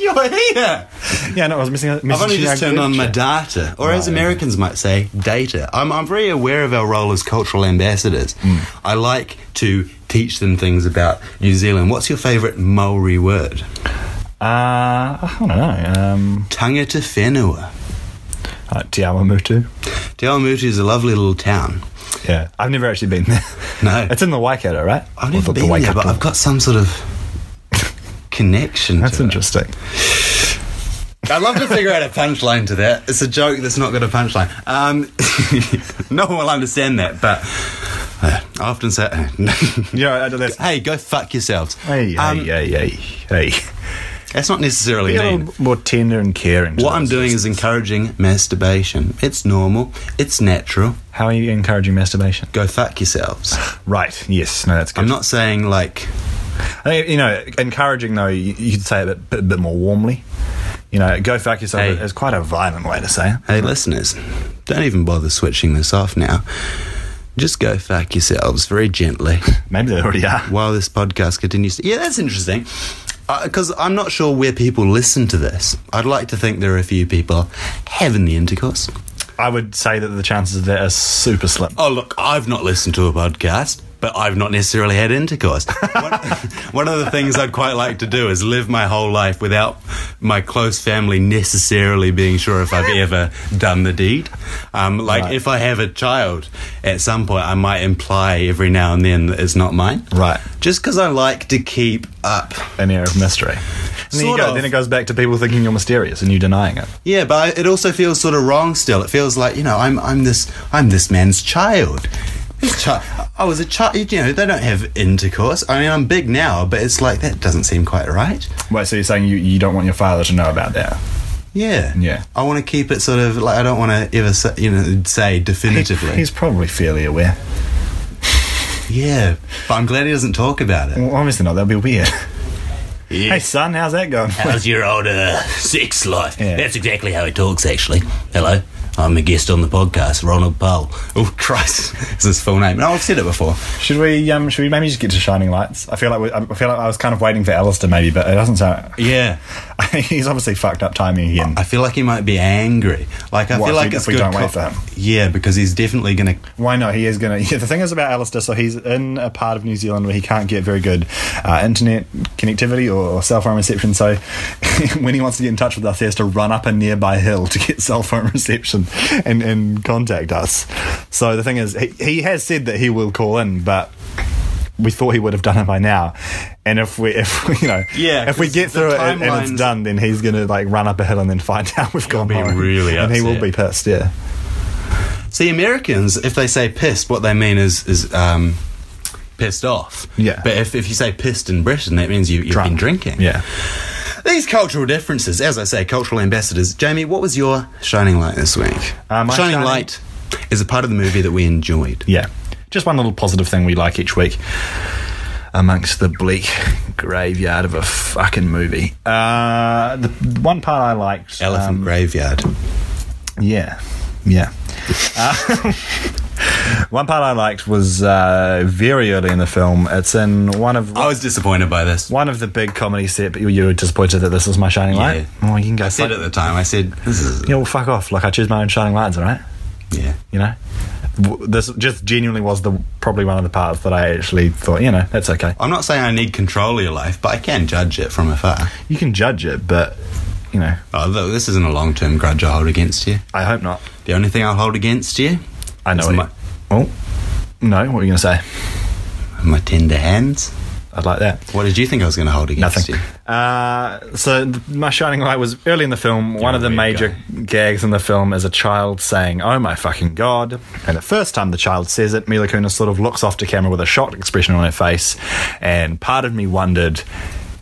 [SPEAKER 2] You're here.
[SPEAKER 1] yeah, no, I was missing.
[SPEAKER 2] I've only just turned on my data, or as Americans might say, data. I'm, I'm very aware of our role as cultural ambassadors. I like to teach them things about New Zealand. What's your favourite Maori word?
[SPEAKER 1] Uh, I don't know. Um,
[SPEAKER 2] Tangata Whenua.
[SPEAKER 1] like Te Awamutu.
[SPEAKER 2] Te Awamutu is a lovely little town.
[SPEAKER 1] Yeah, I've never actually been there.
[SPEAKER 2] No.
[SPEAKER 1] (laughs) it's in the Waikato, right?
[SPEAKER 2] I've
[SPEAKER 1] Or
[SPEAKER 2] never
[SPEAKER 1] the- the
[SPEAKER 2] been there, but
[SPEAKER 1] Waikato.
[SPEAKER 2] I've got some sort of connection.
[SPEAKER 1] That's
[SPEAKER 2] to it.
[SPEAKER 1] interesting.
[SPEAKER 2] I'd love to figure out a punchline to (laughs) that. It's a joke that's not got a punchline. Um, no one will understand that, but I often say, uh, (laughs)
[SPEAKER 1] Yeah, I- that's.
[SPEAKER 2] hey, go fuck yourselves.
[SPEAKER 1] Hey,
[SPEAKER 2] Um,
[SPEAKER 1] hey, hey, hey, hey.
[SPEAKER 2] That's not necessarily
[SPEAKER 1] Be a
[SPEAKER 2] mean.
[SPEAKER 1] little more tender and caring. to
[SPEAKER 2] What I'm
[SPEAKER 1] those
[SPEAKER 2] doing
[SPEAKER 1] things.
[SPEAKER 2] is encouraging masturbation. It's normal. It's natural.
[SPEAKER 1] How are you encouraging masturbation?
[SPEAKER 2] Go fuck yourselves.
[SPEAKER 1] Right. Yes. No, that's good.
[SPEAKER 2] I'm not saying like
[SPEAKER 1] I think, you know, encouraging though, you, you could say it a bit, bit, bit more warmly. You know, go fuck yourself
[SPEAKER 2] Hey.
[SPEAKER 1] is quite a violent way to say it.
[SPEAKER 2] Hey, listeners, don't even bother switching this off now. Just go fuck yourselves very gently
[SPEAKER 1] Maybe they already are.
[SPEAKER 2] while this podcast continues. To- yeah, that's interesting. Because I'm not sure where people listen to this. I'd like to think there are a few people having the intercourse.
[SPEAKER 1] I would say that the chances of that are super slim.
[SPEAKER 2] Oh, look, I've not listened to a podcast, but I've not necessarily had intercourse. one, (laughs) one of the things I'd quite like to do is live my whole life without my close family necessarily being sure if I've ever done the deed. Um, like,
[SPEAKER 1] Right.
[SPEAKER 2] if I have a child at some point, I might imply every now and then that it's not mine.
[SPEAKER 1] Right.
[SPEAKER 2] Just because I like to keep up.
[SPEAKER 1] An air of mystery. And then, you
[SPEAKER 2] Sort
[SPEAKER 1] go,
[SPEAKER 2] of.
[SPEAKER 1] then it goes back to people thinking you're mysterious and you denying it.
[SPEAKER 2] Yeah, but I, it also feels sort of wrong still. It feels like you know I'm I'm this I'm this man's child. This chi- I was a child. You know they don't have intercourse. I mean I'm big now, but it's like that doesn't seem quite right.
[SPEAKER 1] Wait, so you're saying you, you don't want your father to know about that?
[SPEAKER 2] Yeah,
[SPEAKER 1] Yeah.
[SPEAKER 2] I want to keep it sort of like I don't want to ever say, you know say definitively.
[SPEAKER 1] He's probably fairly aware.
[SPEAKER 2] yeah, but I'm glad he doesn't talk about it.
[SPEAKER 1] Well, obviously not. That'd be weird.
[SPEAKER 2] Yeah.
[SPEAKER 1] Hey, son, how's that going?
[SPEAKER 3] How's your old uh, sex life?
[SPEAKER 1] Yeah.
[SPEAKER 3] That's exactly how he talks, actually. Hello, I'm a guest on the podcast, Ronald Powell.
[SPEAKER 2] Oh Christ, (laughs) is his full name? No, I've said it before.
[SPEAKER 1] Should we? Um, should we maybe just get to shining lights? I feel like we, I feel like I was kind of waiting for Alistair maybe, but it doesn't sound. (laughs)
[SPEAKER 2] Yeah,
[SPEAKER 1] He's obviously fucked up timing again.
[SPEAKER 2] I feel like he might be angry. Like I
[SPEAKER 1] What,
[SPEAKER 2] feel
[SPEAKER 1] if
[SPEAKER 2] like
[SPEAKER 1] we-
[SPEAKER 2] it's
[SPEAKER 1] if we
[SPEAKER 2] good
[SPEAKER 1] don't wait
[SPEAKER 2] cop-
[SPEAKER 1] for him?
[SPEAKER 2] Yeah, because he's definitely going to
[SPEAKER 1] Why not? He is going to. (laughs) Yeah, the thing is about Alistair, so he's in a part of New Zealand where he can't get very good uh, internet connectivity or, or cell phone reception. So (laughs) when he wants to get in touch with us, he has to run up a nearby hill to get (laughs) cell phone reception and, and contact us. So the thing is, he, he has said that he will call in, but. We thought he would have done it by now, and if we, (laughs) if we, you know,
[SPEAKER 2] Yeah,
[SPEAKER 1] if we
[SPEAKER 2] 'cause
[SPEAKER 1] get
[SPEAKER 2] the
[SPEAKER 1] through it and, and it's
[SPEAKER 2] timelines-
[SPEAKER 1] done, then he's gonna like run up a hill and then find (laughs) out we've gone
[SPEAKER 2] be
[SPEAKER 1] home.
[SPEAKER 2] really
[SPEAKER 1] and he will
[SPEAKER 2] upset.
[SPEAKER 1] be pissed. Yeah,
[SPEAKER 2] See, Americans, if they say pissed, what they mean is is um, pissed off.
[SPEAKER 1] Yeah.
[SPEAKER 2] But if, if you say pissed in Britain, that means you, you've been drinking.
[SPEAKER 1] Yeah.
[SPEAKER 2] These cultural differences, as I say, cultural ambassadors. Jamie, what was your shining light this week?
[SPEAKER 1] Uh, my
[SPEAKER 2] shining,
[SPEAKER 1] shining-
[SPEAKER 2] light is a part of the movie that we enjoyed.
[SPEAKER 1] yeah, just one little positive thing we like each week amongst the bleak graveyard of a fucking movie. Uh, the the one part I liked,
[SPEAKER 2] Elephant
[SPEAKER 1] um,
[SPEAKER 2] Graveyard.
[SPEAKER 1] yeah, yeah. Uh, (laughs) one part I liked was uh, very early in the film. It's in one of
[SPEAKER 2] I was disappointed by this.
[SPEAKER 1] one of the big comedy set. But you- you were disappointed that this was my shining light.
[SPEAKER 2] Yeah.
[SPEAKER 1] Well, you can go.
[SPEAKER 2] I said at
[SPEAKER 1] fuck,
[SPEAKER 2] the time, I said, this is.
[SPEAKER 1] yeah, well, fuck off. Like I choose my own shining lights. All right.
[SPEAKER 2] Yeah.
[SPEAKER 1] you know W- this just genuinely was the probably one of the parts that i actually thought you know that's okay
[SPEAKER 2] I'm not saying I need control of your life, but I can judge it from afar.
[SPEAKER 1] you can judge it but you know
[SPEAKER 2] Although Oh, this isn't a long term grudge I hold against you.
[SPEAKER 1] i hope not
[SPEAKER 2] The only thing I'll hold against you
[SPEAKER 1] i know
[SPEAKER 2] is
[SPEAKER 1] what
[SPEAKER 2] my,
[SPEAKER 1] oh no what were you gonna say
[SPEAKER 2] my tender hands.
[SPEAKER 1] i'd like that
[SPEAKER 2] What did you think I was going to hold against
[SPEAKER 1] Nothing.
[SPEAKER 2] you?
[SPEAKER 1] Uh, so th- my shining light was early in the film. one of the
[SPEAKER 2] a weird
[SPEAKER 1] major gags in the film is a child saying, "Oh my fucking god!" And the first time the child says it, Mila Kunis sort of looks off to camera with a shocked expression on her face, and part of me wondered.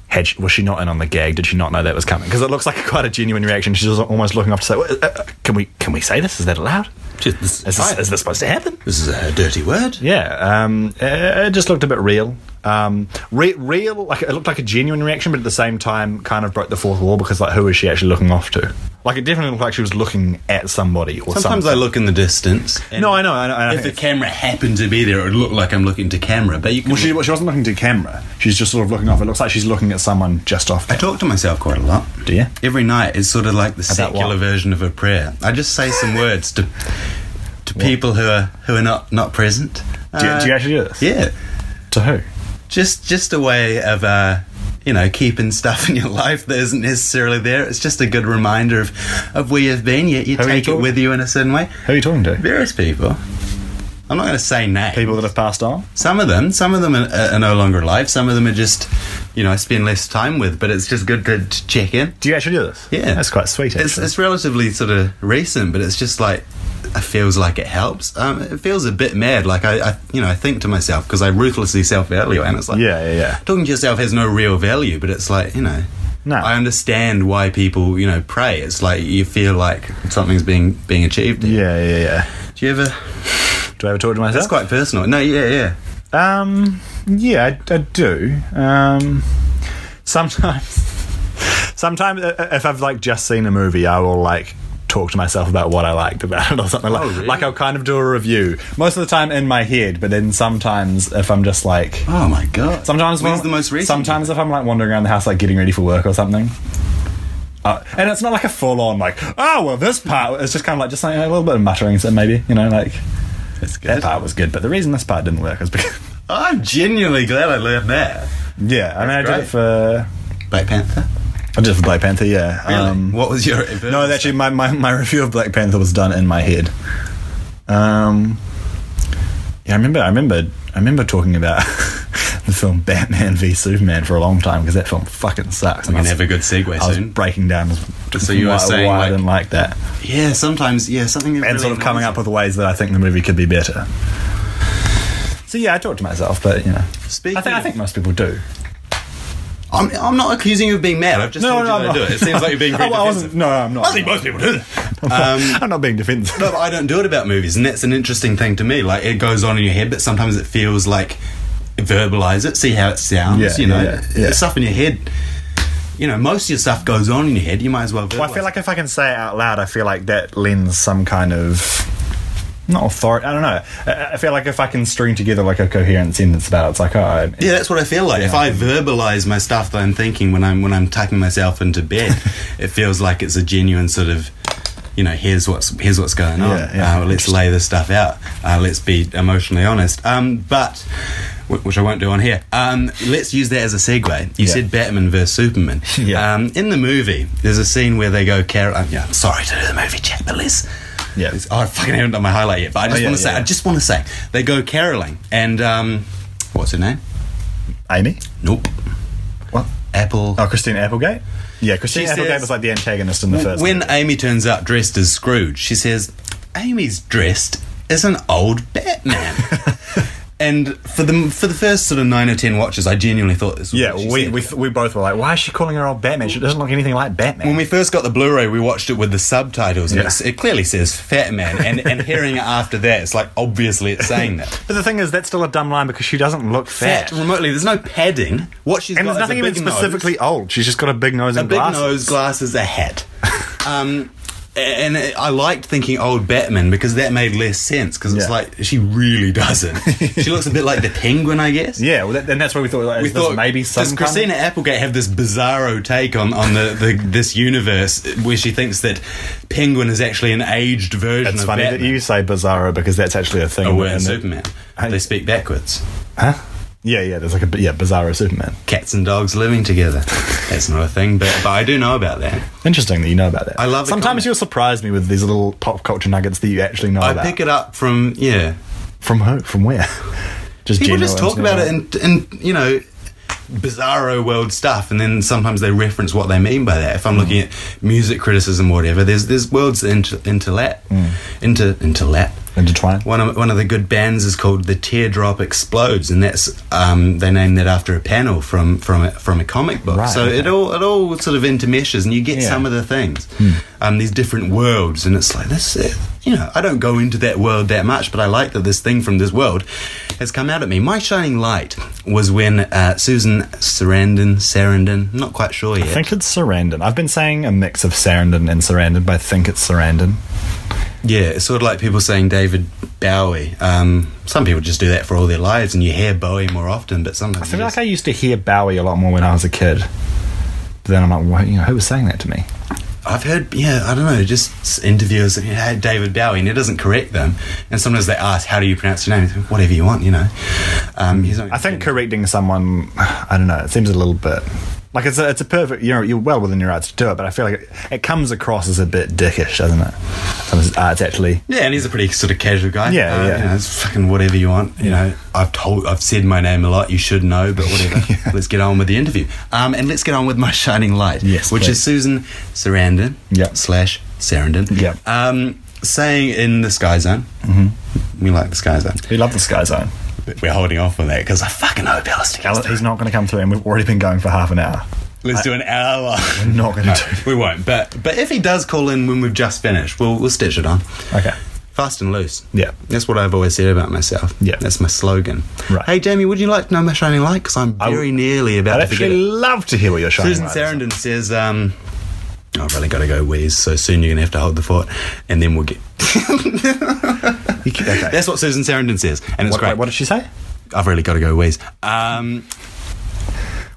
[SPEAKER 1] Had she, was she not in on the gag? Did she not know that was coming? Because it looks like quite a genuine reaction. She's just almost looking off to say, "Well, uh, uh, "Can we can we say this? Is that allowed?
[SPEAKER 2] Just this-
[SPEAKER 1] Is this, is this supposed to happen?"
[SPEAKER 2] This is a dirty word.
[SPEAKER 1] Yeah, um, it, it just looked a bit real. Um, re- real, like it looked like a genuine reaction, but at the same time, kind of broke the fourth wall because, like, who was she actually looking off to? Like, it definitely looked like she was looking at somebody or
[SPEAKER 2] Sometimes I
[SPEAKER 1] something.
[SPEAKER 2] look in the distance. and
[SPEAKER 1] No, I know, I know, I know.
[SPEAKER 2] If the camera happened to be there, it would look like I'm looking to camera. But you can.
[SPEAKER 1] Well, she, well, she wasn't looking to camera. She's just sort of looking off. It looks like she's looking at someone just off.
[SPEAKER 2] I talk to myself quite a lot.
[SPEAKER 1] Do you?
[SPEAKER 2] Every night is sort of like the secular
[SPEAKER 1] what?
[SPEAKER 2] version of a prayer. I just say some words to to people who are who are not not present. Uh,
[SPEAKER 1] Do you, do you actually do this?
[SPEAKER 2] Yeah,
[SPEAKER 1] To who?
[SPEAKER 2] just just a way of. Uh, you know, keeping stuff in your life that isn't necessarily there. It's just a good reminder of, of where you've been, yet you
[SPEAKER 1] Who are you
[SPEAKER 2] take it
[SPEAKER 1] talking-
[SPEAKER 2] with you in a certain way.
[SPEAKER 1] Who are you talking to?
[SPEAKER 2] Various people. I'm not going to say names.
[SPEAKER 1] People that have passed on.
[SPEAKER 2] Some of them, some of them are, are no longer alive. Some of them are just, you know, I spend less time with. But it's just good to, to check in.
[SPEAKER 1] Do you actually do this?
[SPEAKER 2] Yeah.
[SPEAKER 1] that's quite sweet. Actually.
[SPEAKER 2] It's, it's relatively sort of recent, but it's just like it feels like it helps. Um, it feels a bit mad. Like I, I you know, I think to myself because I ruthlessly self-value, and it's like,
[SPEAKER 1] yeah, yeah, yeah.
[SPEAKER 2] talking to yourself has no real value. But it's like, you know,
[SPEAKER 1] No.
[SPEAKER 2] I understand why people, you know, pray. It's like you feel like something's being being achieved. here.
[SPEAKER 1] Yeah, yeah, yeah.
[SPEAKER 2] Do you ever?
[SPEAKER 1] Do I ever talk to
[SPEAKER 2] That's
[SPEAKER 1] myself?
[SPEAKER 2] quite personal. No, yeah, yeah.
[SPEAKER 1] Um, yeah, I, I do. Um, sometimes, (laughs) sometimes i- i- if I've like just seen a movie, I will like talk to myself about what I liked about it or something like.
[SPEAKER 2] Oh, really?
[SPEAKER 1] Like I'll kind of do a review most of the time in my head, but then sometimes if I'm just like.
[SPEAKER 2] Oh my god.
[SPEAKER 1] Sometimes
[SPEAKER 2] when's
[SPEAKER 1] when-
[SPEAKER 2] the most recent?
[SPEAKER 1] Sometimes if I'm like wandering around the house, like getting ready for work or something. Uh, and it's not like a full on like oh well this part it's just kind of like just like a little bit of muttering so maybe you know like
[SPEAKER 2] That's
[SPEAKER 1] that
[SPEAKER 2] good.
[SPEAKER 1] part was good but the reason this part didn't work is because
[SPEAKER 2] I'm genuinely glad I learned that.
[SPEAKER 1] yeah I mean I
[SPEAKER 2] That's
[SPEAKER 1] did it
[SPEAKER 2] great.
[SPEAKER 1] for
[SPEAKER 2] Black Panther.
[SPEAKER 1] I did it for Black Panther yeah
[SPEAKER 2] Really?
[SPEAKER 1] um,
[SPEAKER 2] what was your?
[SPEAKER 1] no actually my, my, my (laughs) review of Black Panther was done in my head um yeah I remember I remember I remember talking about (laughs) the film Batman v Superman for a long time because that film fucking sucks
[SPEAKER 2] We can have a good segue
[SPEAKER 1] I was
[SPEAKER 2] soon.
[SPEAKER 1] breaking down. as-
[SPEAKER 2] So you were
[SPEAKER 1] why,
[SPEAKER 2] saying,
[SPEAKER 1] why I
[SPEAKER 2] like-
[SPEAKER 1] didn't like that,
[SPEAKER 2] yeah, sometimes yeah, something
[SPEAKER 1] and
[SPEAKER 2] that really
[SPEAKER 1] sort of coming
[SPEAKER 2] annoys
[SPEAKER 1] up with ways that I think the movie could be better. So yeah, I talk to myself, but you know,
[SPEAKER 2] you. Speaking
[SPEAKER 1] I think I
[SPEAKER 2] of-
[SPEAKER 1] think most people do.
[SPEAKER 2] I'm, I'm not accusing you of being mad. I've just told you that I do it. It seems
[SPEAKER 1] (laughs)
[SPEAKER 2] like you're being
[SPEAKER 1] Oh, I,
[SPEAKER 2] very
[SPEAKER 1] I wasn't.
[SPEAKER 2] defensive.
[SPEAKER 1] No, I'm
[SPEAKER 2] I
[SPEAKER 1] not.
[SPEAKER 2] think most people Um, do that.
[SPEAKER 1] (laughs)
[SPEAKER 2] (laughs)
[SPEAKER 1] I'm not being defensive.
[SPEAKER 2] No, but I don't do it about movies, and that's an interesting thing to me. Like it goes on in your head, but sometimes it feels like verbalize it, see how it sounds.
[SPEAKER 1] Yeah,
[SPEAKER 2] you know,
[SPEAKER 1] yeah, yeah.
[SPEAKER 2] The stuff in your head. You know, most of your stuff goes on in your head. You might as well.
[SPEAKER 1] (laughs) Well, I feel like if I can say it out loud, I feel like that lends some kind of not authority. I don't know. I, I feel like if I can string together like a coherent sentence about it, it's like, oh, I-
[SPEAKER 2] Yeah, that's what I feel like. If I verbalize my stuff that I'm thinking when I'm when I'm tucking myself into
[SPEAKER 1] (laughs)
[SPEAKER 2] bed, it feels like it's a genuine sort of, you know, here's what's here's what's going on.
[SPEAKER 1] Yeah, yeah.
[SPEAKER 2] Uh, let's lay this stuff out. Uh, let's be emotionally honest. Um, but wh- which I won't do on here. Um, let's use that as a segue. You
[SPEAKER 1] Yeah.
[SPEAKER 2] said Batman versus Superman.
[SPEAKER 1] (laughs) Yeah.
[SPEAKER 2] Um, in the movie, there's a scene where they go, "Carol, um, yeah, I'm sorry to do the movie chat, but let's."
[SPEAKER 1] Yeah. Oh,
[SPEAKER 2] let's- Oh, I fucking haven't done my highlight yet, but I just
[SPEAKER 1] yeah,
[SPEAKER 2] want to say,
[SPEAKER 1] yeah,
[SPEAKER 2] I
[SPEAKER 1] yeah.
[SPEAKER 2] just want to say, they go caroling, and um, what's her name?
[SPEAKER 1] Amy,
[SPEAKER 2] Nope.
[SPEAKER 1] what?
[SPEAKER 2] Apple.
[SPEAKER 1] Oh, Christine Applegate. Yeah, Christine
[SPEAKER 2] She
[SPEAKER 1] Applegate
[SPEAKER 2] says-
[SPEAKER 1] was like the antagonist in the first.
[SPEAKER 2] when Amy turns up dressed as Scrooge, she says, "Amy's dressed as an old
[SPEAKER 1] (laughs)
[SPEAKER 2] Batman." and for the for the first sort of nine or ten watches, I genuinely thought this. Was
[SPEAKER 1] Yeah,
[SPEAKER 2] what she
[SPEAKER 1] we,
[SPEAKER 2] said.
[SPEAKER 1] we, we both were like, why is she calling her old Batman? She doesn't look anything like Batman.
[SPEAKER 2] When we first got the Blu-ray, we watched it with the subtitles, and
[SPEAKER 1] Yeah.
[SPEAKER 2] it's, it clearly says "Fat Man," and, and hearing it after that, it's like obviously it's saying that.
[SPEAKER 1] but the thing is, that's still a dumb line because she doesn't look fat.
[SPEAKER 2] Fat remotely, there's no padding. What she's
[SPEAKER 1] And
[SPEAKER 2] got
[SPEAKER 1] there's
[SPEAKER 2] is
[SPEAKER 1] nothing
[SPEAKER 2] a
[SPEAKER 1] even
[SPEAKER 2] big nose.
[SPEAKER 1] specifically old. She's just got a big nose and
[SPEAKER 2] a big
[SPEAKER 1] glasses.
[SPEAKER 2] nose, glasses, a
[SPEAKER 1] (laughs)
[SPEAKER 2] hat. Um, and I liked thinking old Batman because that made less sense because it's
[SPEAKER 1] Yeah.
[SPEAKER 2] like she really doesn't. she looks a bit like the Penguin, I guess.
[SPEAKER 1] Yeah, well, that, and that's where we thought, like,
[SPEAKER 2] We
[SPEAKER 1] is this
[SPEAKER 2] thought
[SPEAKER 1] maybe some
[SPEAKER 2] does
[SPEAKER 1] kind of-
[SPEAKER 2] Christina Applegate have this bizarro take on on the, the this universe where she thinks that Penguin is actually an aged version
[SPEAKER 1] It's
[SPEAKER 2] of
[SPEAKER 1] funny
[SPEAKER 2] Batman?
[SPEAKER 1] that you say Bizarro because that's actually a thing.
[SPEAKER 2] Oh,
[SPEAKER 1] but
[SPEAKER 2] we're in
[SPEAKER 1] in the-
[SPEAKER 2] Superman.
[SPEAKER 1] I-
[SPEAKER 2] they speak backwards.
[SPEAKER 1] Huh? Yeah, yeah. There's like a yeah Bizarro Superman.
[SPEAKER 2] Cats and dogs
[SPEAKER 1] (laughs)
[SPEAKER 2] living together. That's not a thing, but, but I do know about that.
[SPEAKER 1] Interesting that you know about that.
[SPEAKER 2] I love the
[SPEAKER 1] Sometimes
[SPEAKER 2] comment.
[SPEAKER 1] you'll surprise me with these little pop culture nuggets that you actually know
[SPEAKER 2] I
[SPEAKER 1] about.
[SPEAKER 2] pick it up from yeah
[SPEAKER 1] From who? From where? (laughs) just general
[SPEAKER 2] people just talk
[SPEAKER 1] internet
[SPEAKER 2] about it and and you know bizarro world stuff and then sometimes they reference what they mean by that if i'm looking at music criticism or whatever there's there's worlds that inter, interlap inter interlap
[SPEAKER 1] intertwined.
[SPEAKER 2] one of, one of the good bands is called the teardrop explodes and that's um, they named that after a panel from from a, from a comic book
[SPEAKER 1] Right,
[SPEAKER 2] so
[SPEAKER 1] okay.
[SPEAKER 2] it all it all sort of intermeshes and you get
[SPEAKER 1] Yeah. Hmm.
[SPEAKER 2] some of the things um, these different worlds and it's like this uh, you know i don't go into that world that much but i like that this thing from this world has come out at me my shining light was when uh, susan sarandon sarandon I'm not quite sure yet
[SPEAKER 1] I think it's Sarandon. I've been saying a mix of Sarandon and Sarandon, but I think it's Sarandon.
[SPEAKER 2] Yeah, it's sort of like people saying David Bowie. Um, some people just do that for all their lives, and you hear Bowie more often. But sometimes
[SPEAKER 1] I
[SPEAKER 2] you
[SPEAKER 1] feel
[SPEAKER 2] just-
[SPEAKER 1] like I used to hear Bowie a lot more when I was a kid. But then I'm like, what, you know, who was saying that to me?
[SPEAKER 2] I've heard, yeah, I don't know, just s- interviewers that yeah, David Bowie, and it doesn't correct them. And sometimes they ask, "How do you pronounce your name?" Whatever you want, you know. Um, he's not-
[SPEAKER 1] I think correcting someone, I don't know, it seems a little bit like it's a, it's a perfect. You know, you're well within your rights to do it, but I feel like it, it comes across as a bit dickish, doesn't it? Sometimes it's art's actually
[SPEAKER 2] Yeah, and he's a pretty sort of casual guy.
[SPEAKER 1] Yeah,
[SPEAKER 2] Uh,
[SPEAKER 1] yeah.
[SPEAKER 2] you know, it's fucking whatever you want. You know, I've told, I've said my name a lot. You should know, but
[SPEAKER 1] (laughs)
[SPEAKER 2] whatever. Let's get on with the interview. Um, and let's get on with my (laughs) shining light.
[SPEAKER 1] Yes,
[SPEAKER 2] which
[SPEAKER 1] please.
[SPEAKER 2] is Susan Sarandon.
[SPEAKER 1] Yep.
[SPEAKER 2] Slash Sarandon.
[SPEAKER 1] Yep.
[SPEAKER 2] Um, saying in the Sky Zone. Mm-hmm. We like the Sky Zone.
[SPEAKER 1] we love the Sky Zone.
[SPEAKER 2] But We're holding off on that because I fucking hope Alistair.
[SPEAKER 1] Alex,
[SPEAKER 2] gets
[SPEAKER 1] he's not going to come through, and we've already been going for half an hour.
[SPEAKER 2] through. Let's do an hour. long.
[SPEAKER 1] We're not going to do.
[SPEAKER 2] (laughs) we won't. But but if he does call in when we've just finished, we'll we'll stitch it on.
[SPEAKER 1] Okay.
[SPEAKER 2] Fast and loose.
[SPEAKER 1] Yeah.
[SPEAKER 2] That's what I've always said about myself.
[SPEAKER 1] Yeah.
[SPEAKER 2] That's my slogan.
[SPEAKER 1] Right.
[SPEAKER 2] Hey, Jamie, would you like to know my shining light? Because I'm
[SPEAKER 1] I
[SPEAKER 2] very
[SPEAKER 1] would-
[SPEAKER 2] nearly about
[SPEAKER 1] I'd
[SPEAKER 2] to forget
[SPEAKER 1] actually
[SPEAKER 2] it.
[SPEAKER 1] love to hear what you're shining
[SPEAKER 2] Susan
[SPEAKER 1] light is on.
[SPEAKER 2] Sarandon says, um, I've really got to go wheeze, so soon you're going to have to hold the fort, and then we'll get... (laughs)
[SPEAKER 1] You ca- Okay.
[SPEAKER 2] That's what Susan Sarandon says, and it's
[SPEAKER 1] what,
[SPEAKER 2] great.
[SPEAKER 1] what did she say?
[SPEAKER 2] I've really got to go wheeze. Um,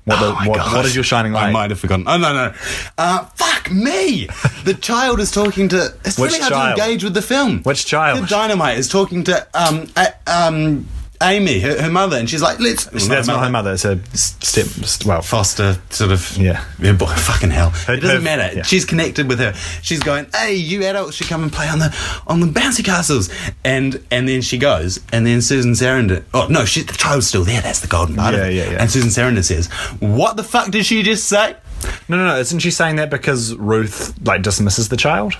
[SPEAKER 1] What,
[SPEAKER 2] oh my
[SPEAKER 1] what,
[SPEAKER 2] God.
[SPEAKER 1] what is your shining
[SPEAKER 2] I
[SPEAKER 1] light?
[SPEAKER 2] might have forgotten. Oh, no, no. Uh, fuck me! the child is talking to... It's
[SPEAKER 1] Which
[SPEAKER 2] really hard
[SPEAKER 1] child?
[SPEAKER 2] to engage with the film.
[SPEAKER 1] Which child?
[SPEAKER 2] The dynamite is talking to um, a- um, Amy, her, her mother, and she's like, "Let's."
[SPEAKER 1] So that's not her mother. It's a step. st- Well,
[SPEAKER 2] Foster, sort of.
[SPEAKER 1] Yeah.
[SPEAKER 2] boy, (laughs) fucking hell.
[SPEAKER 1] Her-
[SPEAKER 2] it doesn't
[SPEAKER 1] her-
[SPEAKER 2] matter.
[SPEAKER 1] yeah.
[SPEAKER 2] She's connected with her. She's going, "Hey, you adults should come and play on the on the bouncy castles." And and then she goes, and then Susan Sarandon. Oh no, she, the child's still there. That's the golden part of
[SPEAKER 1] Yeah,
[SPEAKER 2] it.
[SPEAKER 1] yeah, yeah.
[SPEAKER 2] And Susan Sarandon says, "What the fuck did she just say?"
[SPEAKER 1] no, no, no. Isn't she saying that because Ruth like dismisses the child?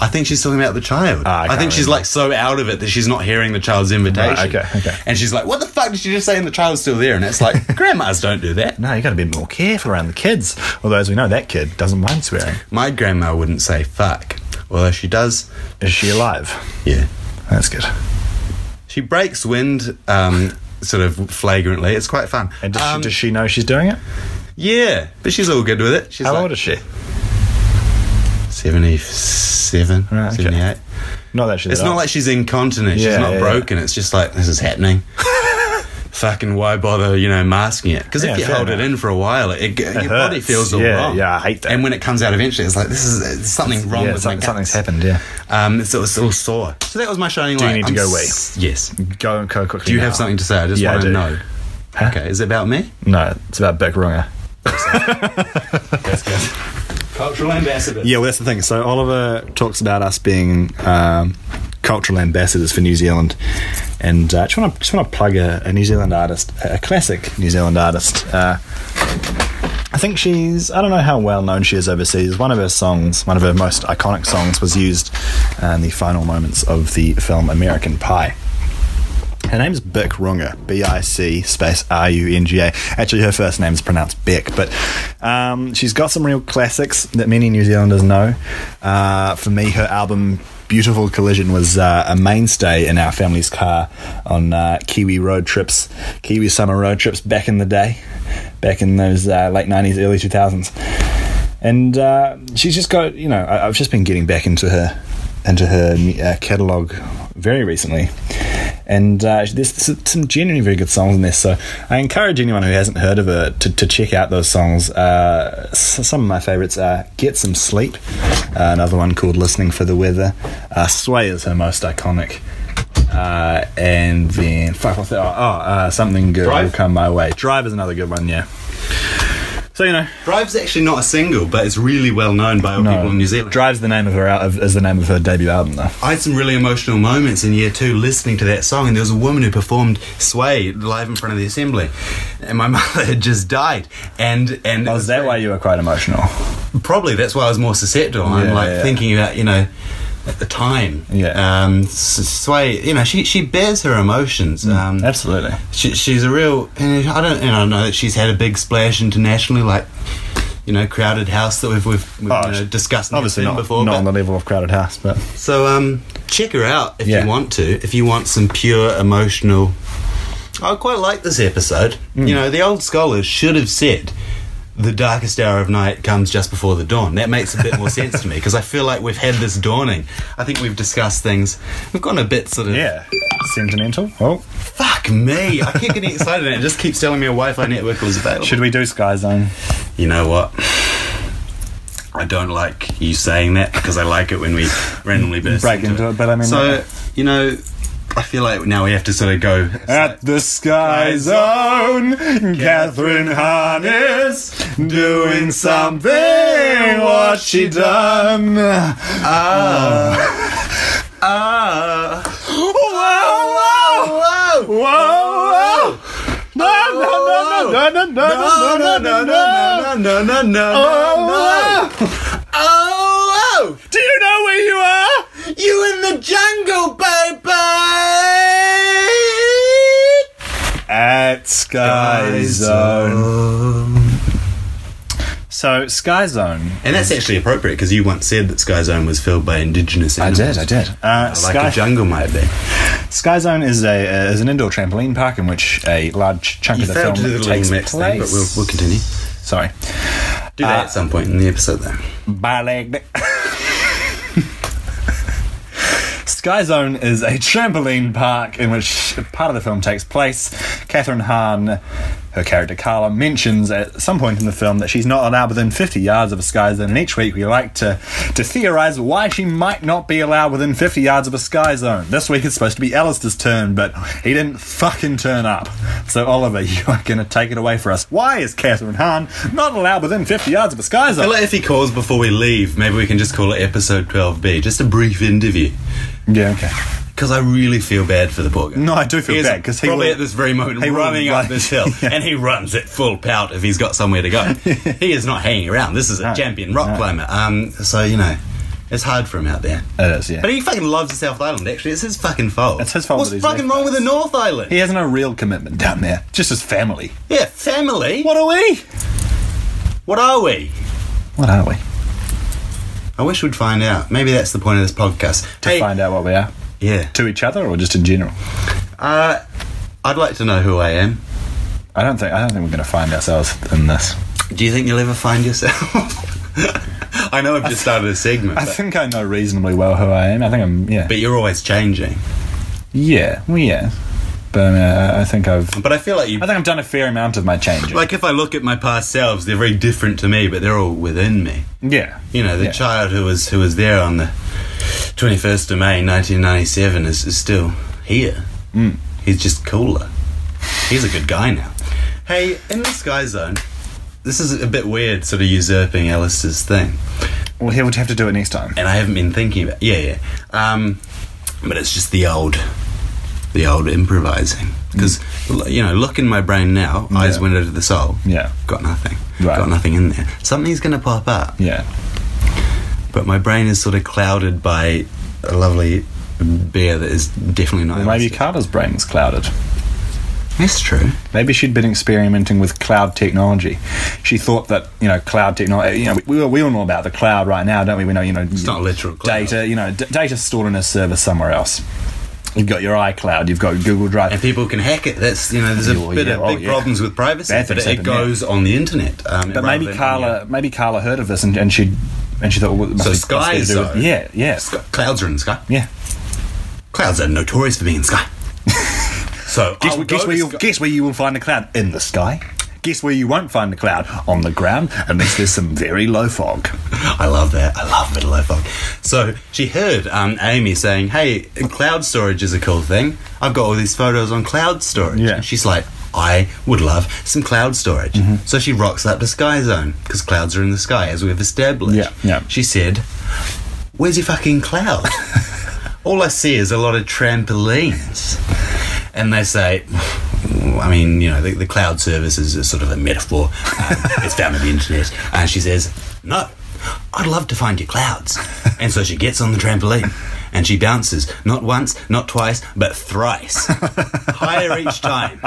[SPEAKER 2] I think she's talking about the child.
[SPEAKER 1] Ah, I
[SPEAKER 2] I,
[SPEAKER 1] can't
[SPEAKER 2] think she's
[SPEAKER 1] remember.
[SPEAKER 2] like so out of it that she's not hearing the child's invitation.
[SPEAKER 1] Right, okay, okay.
[SPEAKER 2] And she's like, "What the fuck did she just say?" And the child's still there, and
[SPEAKER 1] (laughs)
[SPEAKER 2] it's like, grandmas don't do that.
[SPEAKER 1] No, you got to be more careful around the kids. Although, as we know, that kid doesn't mind swearing.
[SPEAKER 2] My grandma wouldn't say fuck, although she does.
[SPEAKER 1] Is she alive?
[SPEAKER 2] Yeah,
[SPEAKER 1] That's good.
[SPEAKER 2] she breaks wind, um, sort of flagrantly. It's quite fun.
[SPEAKER 1] And does,
[SPEAKER 2] Um,
[SPEAKER 1] she, does she know she's doing it?
[SPEAKER 2] yeah, but she's all good with it. She's
[SPEAKER 1] How
[SPEAKER 2] like
[SPEAKER 1] old is she?
[SPEAKER 2] Seventy-seven,
[SPEAKER 1] Right, okay.
[SPEAKER 2] 78.
[SPEAKER 1] Not that she's.
[SPEAKER 2] It's
[SPEAKER 1] that
[SPEAKER 2] not
[SPEAKER 1] old.
[SPEAKER 2] like she's incontinent.
[SPEAKER 1] Yeah,
[SPEAKER 2] she's not
[SPEAKER 1] yeah,
[SPEAKER 2] broken. It's just like this is happening. (laughs) Fucking why bother, you know, masking it? Because
[SPEAKER 1] Yeah,
[SPEAKER 2] if you
[SPEAKER 1] fair
[SPEAKER 2] hold it
[SPEAKER 1] enough.
[SPEAKER 2] in for a while, it, it- your body
[SPEAKER 1] hurts.
[SPEAKER 2] feels all
[SPEAKER 1] Yeah,
[SPEAKER 2] wrong.
[SPEAKER 1] yeah, I hate that.
[SPEAKER 2] And when it comes out eventually, it's like this is it's something wrong
[SPEAKER 1] yeah,
[SPEAKER 2] with
[SPEAKER 1] something,
[SPEAKER 2] my
[SPEAKER 1] something's
[SPEAKER 2] guts.
[SPEAKER 1] happened. Yeah.
[SPEAKER 2] Um, it's, it's all sore. So that was my shining
[SPEAKER 1] you
[SPEAKER 2] light.
[SPEAKER 1] need to go away?
[SPEAKER 2] s- Yes.
[SPEAKER 1] Go and go quickly.
[SPEAKER 2] Do you
[SPEAKER 1] now.
[SPEAKER 2] have something to say? I just
[SPEAKER 1] Yeah, I
[SPEAKER 2] want to
[SPEAKER 1] do.
[SPEAKER 2] know.
[SPEAKER 1] Huh?
[SPEAKER 2] Okay, is it about me?
[SPEAKER 1] No, it's about Beck Runger.
[SPEAKER 2] Cultural ambassador.
[SPEAKER 1] Yeah, well, that's the thing. So Oliver talks about us being um, cultural ambassadors for New Zealand, and uh, I just want to just want to plug a, a New Zealand artist, a classic New Zealand artist. Uh, I think she's I don't know how well known she is overseas. One of her songs, one of her most iconic songs, was used uh, in the final moments of the film American Pie. Her name's Bick Runga, B I C space R U N G A. Actually, her first name's pronounced Beck, but um, she's got some real classics that many New Zealanders know. Uh, for me, her album Beautiful Collision was uh, a mainstay in our family's car on uh, Kiwi road trips, Kiwi summer road trips back in the day, back in those uh, late 90s, early 2000s and uh, she's just got you know I, I've just been getting back into her into her uh, catalog very recently, and uh, there's s- some genuinely very good songs in this. So I encourage anyone who hasn't heard of her to, to check out those songs. Uh, s- some of my favourites are "Get Some Sleep," uh, another one called "Listening for the Weather." Uh, "Sway" is her most iconic. Uh, and then fuck, what's that? Oh, uh, something good will
[SPEAKER 2] Drive?
[SPEAKER 1] come my way. Drive is another good one, yeah. So you know,
[SPEAKER 2] Drive's actually not a single, but it's really well known by all people in New Zealand.
[SPEAKER 1] Oh. Drives the name of her out is the name of her debut album though.
[SPEAKER 2] I had some really emotional moments in year two listening to that song, and there was a woman who performed Sway live in front of the assembly, and my (laughs) mother had just died. And and
[SPEAKER 1] Was Oh, that why you were quite emotional?
[SPEAKER 2] probably that's why I was more susceptible.
[SPEAKER 1] Yeah,
[SPEAKER 2] I'm like
[SPEAKER 1] yeah.
[SPEAKER 2] thinking about you know at the time.
[SPEAKER 1] Yeah.
[SPEAKER 2] Um, S- Sway, you know, she she bears her emotions.
[SPEAKER 1] Mm.
[SPEAKER 2] Um,
[SPEAKER 1] Absolutely.
[SPEAKER 2] she, she's a real. And I don't. And I know that she's had a big splash internationally, like you know, crowded house that we've we've, we've
[SPEAKER 1] Oh,
[SPEAKER 2] you know,
[SPEAKER 1] she-
[SPEAKER 2] discussed in the
[SPEAKER 1] Obviously
[SPEAKER 2] film
[SPEAKER 1] not,
[SPEAKER 2] before.
[SPEAKER 1] not
[SPEAKER 2] but-
[SPEAKER 1] on the level of Crowded House, but
[SPEAKER 2] so um, check her out if
[SPEAKER 1] Yeah.
[SPEAKER 2] you want to. If you want some pure emotional, I quite like this episode.
[SPEAKER 1] Hmm.
[SPEAKER 2] You know, the old scholars should have said. The darkest hour of night comes just before the dawn. That makes a bit more sense to me because I feel like we've had this dawning. I think we've discussed things. We've gone a bit sort of.
[SPEAKER 1] yeah, sentimental. Oh,
[SPEAKER 2] Fuck me! I keep getting excited and it just keeps telling me a Wi-Fi network was available.
[SPEAKER 1] should we do Sky Zone?
[SPEAKER 2] you know what? I don't like you saying that because I like it when we randomly burst
[SPEAKER 1] Break into it, but I mean,
[SPEAKER 2] so you know, I feel like now we have to sort of go.
[SPEAKER 1] At the Sky Zone, Catherine Harness
[SPEAKER 2] doing something. What she done? Ah, ah. Whoa, whoa, whoa, whoa, whoa. No, no, no, no, no, no, no, no, no, no, no, no, no, no. Oh, do you know where you are? You in the jungle, baby.
[SPEAKER 1] At Sky Zone. So, Sky Zone.
[SPEAKER 2] And that's actually appropriate because you once said that Sky Zone was filled by indigenous
[SPEAKER 1] I
[SPEAKER 2] animals.
[SPEAKER 1] did, I did. Uh,
[SPEAKER 2] Like
[SPEAKER 1] Sky,
[SPEAKER 2] a jungle might be.
[SPEAKER 1] Sky Zone is a uh, is an indoor trampoline park in which a large chunk
[SPEAKER 2] You
[SPEAKER 1] of the
[SPEAKER 2] failed
[SPEAKER 1] film
[SPEAKER 2] to do the
[SPEAKER 1] takes
[SPEAKER 2] little mix
[SPEAKER 1] place.
[SPEAKER 2] thing, but we'll, we'll continue.
[SPEAKER 1] Sorry,
[SPEAKER 2] Do
[SPEAKER 1] Uh,
[SPEAKER 2] that at some point in the episode, though.
[SPEAKER 1] by leg. Sky Zone is a trampoline park in which part of the film takes place. Catherine Hahn, her character Carla, mentions at some point in the film that she's not allowed within 50 yards of a Sky Zone, and each week we like to, to theorise why she might not be allowed within 50 yards of a Sky Zone. This week it's supposed to be Alistair's turn, but he didn't fucking turn up. So, Oliver, (laughs) you are going to take it away for us. Why is Catherine Hahn not allowed within 50 yards of a Sky Zone?
[SPEAKER 2] I like if he calls before we leave, maybe we can just call it episode 12B. Just a brief interview.
[SPEAKER 1] Yeah, okay.
[SPEAKER 2] Because I really feel bad for the poor guy.
[SPEAKER 1] No, I do feel
[SPEAKER 2] He is
[SPEAKER 1] bad, 'cause he
[SPEAKER 2] probably
[SPEAKER 1] will-
[SPEAKER 2] at this very moment
[SPEAKER 1] he will
[SPEAKER 2] running up
[SPEAKER 1] run-
[SPEAKER 2] this hill,
[SPEAKER 1] (laughs) Yeah.
[SPEAKER 2] and he runs at full pout if he's got somewhere to
[SPEAKER 1] (laughs)
[SPEAKER 2] go. he is not hanging around. This is a
[SPEAKER 1] No,
[SPEAKER 2] champion rock
[SPEAKER 1] no.
[SPEAKER 2] climber. Um, so you know, it's hard for him out there.
[SPEAKER 1] It is, yeah.
[SPEAKER 2] But he fucking loves the South Island. Actually, it's his fucking fault.
[SPEAKER 1] It's his fault
[SPEAKER 2] What's
[SPEAKER 1] that he's
[SPEAKER 2] fucking
[SPEAKER 1] left
[SPEAKER 2] wrong with the North Island?
[SPEAKER 1] He has no real commitment down there, just his family.
[SPEAKER 2] yeah, family.
[SPEAKER 1] What are we?
[SPEAKER 2] What are we?
[SPEAKER 1] What are we?
[SPEAKER 2] I wish we'd find out. Maybe that's the point of this podcast.
[SPEAKER 1] To find out what we are.
[SPEAKER 2] Yeah.
[SPEAKER 1] To each other or just in general?
[SPEAKER 2] Uh, I'd like to know who I am.
[SPEAKER 1] I don't think I don't think we're gonna find ourselves in this.
[SPEAKER 2] Do you think you'll ever find yourself? (laughs) I know I've just started a segment,
[SPEAKER 1] I
[SPEAKER 2] but,
[SPEAKER 1] think I know reasonably well who I am. I think I'm yeah.
[SPEAKER 2] but you're always changing.
[SPEAKER 1] yeah, well yeah. But uh, I think I've
[SPEAKER 2] But I feel like you.
[SPEAKER 1] I think I've done a fair amount of my changing.
[SPEAKER 2] Like if I look at my past selves, they're very different to me, but they're all within me.
[SPEAKER 1] yeah.
[SPEAKER 2] You know, the
[SPEAKER 1] Yeah.
[SPEAKER 2] child who was who was there on the twenty first of May, nineteen ninety seven, is, is still here. Mm. He's just cooler. He's a good guy now. Hey, in the sky zone, this is a bit weird, sort of usurping Alistair's thing.
[SPEAKER 1] Well he would have to do it next time.
[SPEAKER 2] and I haven't been thinking about. Yeah, yeah. Um, but it's just the old, the old improvising. Because you know, look in my brain now.
[SPEAKER 1] Mm.
[SPEAKER 2] Eyes
[SPEAKER 1] Yeah.
[SPEAKER 2] window to the soul.
[SPEAKER 1] Yeah.
[SPEAKER 2] got nothing.
[SPEAKER 1] Right.
[SPEAKER 2] Got nothing in there. Something's going to pop up,
[SPEAKER 1] Yeah.
[SPEAKER 2] but my brain is sort of clouded by a lovely beer that is definitely not.
[SPEAKER 1] Well, maybe
[SPEAKER 2] Alistair.
[SPEAKER 1] Carter's brain's clouded.
[SPEAKER 2] That's true.
[SPEAKER 1] Maybe she'd been experimenting with cloud technology. She thought that you know cloud technology. You know, we, we all know about the cloud right now, don't we? We know you know it's
[SPEAKER 2] not literal cloud.
[SPEAKER 1] data. You know, d- data stored in a server somewhere else. You've got your iCloud. You've got Google Drive.
[SPEAKER 2] And people can hack it. That's you know, there's a
[SPEAKER 1] Yeah, well,
[SPEAKER 2] bit
[SPEAKER 1] yeah.
[SPEAKER 2] of
[SPEAKER 1] Oh,
[SPEAKER 2] big
[SPEAKER 1] yeah.
[SPEAKER 2] problems with privacy,
[SPEAKER 1] Bad
[SPEAKER 2] but
[SPEAKER 1] things
[SPEAKER 2] it,
[SPEAKER 1] happen, yeah.
[SPEAKER 2] goes on the internet. Um,
[SPEAKER 1] but
[SPEAKER 2] rather
[SPEAKER 1] maybe
[SPEAKER 2] than-
[SPEAKER 1] Carla, maybe Carla heard of this, and, and she and she thought, well, it must
[SPEAKER 2] So
[SPEAKER 1] be- must be
[SPEAKER 2] Sky
[SPEAKER 1] to do with-
[SPEAKER 2] Zone.
[SPEAKER 1] Yeah, yeah,
[SPEAKER 2] Sky- clouds are in the sky.
[SPEAKER 1] yeah.
[SPEAKER 2] Clouds are notorious for being in the
[SPEAKER 1] (laughs)
[SPEAKER 2] sky. so
[SPEAKER 1] Guess,
[SPEAKER 2] I'll
[SPEAKER 1] guess
[SPEAKER 2] go
[SPEAKER 1] where
[SPEAKER 2] to
[SPEAKER 1] you
[SPEAKER 2] sky-
[SPEAKER 1] guess where you will find a cloud in the sky. Guess where you won't find a cloud on the ground unless there's some very low fog.
[SPEAKER 2] (laughs) I love that. I love middle of fog. So she heard um, Amy saying, "Hey, cloud storage is a cool thing. I've got all these photos on cloud storage."
[SPEAKER 1] Yeah.
[SPEAKER 2] And she's like, "I would love some cloud storage."
[SPEAKER 1] Mm-hmm.
[SPEAKER 2] So she rocks up to Sky Zone because clouds are in the sky, as we've established.
[SPEAKER 1] Yeah, yeah.
[SPEAKER 2] She said, "Where's your fucking
[SPEAKER 1] (laughs)
[SPEAKER 2] cloud?" all I see is a lot of trampolines. And they say, I mean, you know, the, the cloud service is a sort of a metaphor. Um, it's found on the internet. And she says, No, I'd love to find your clouds. And so she gets on the trampoline and she bounces, not once, not twice,
[SPEAKER 1] (laughs)
[SPEAKER 2] but thrice. Higher each time.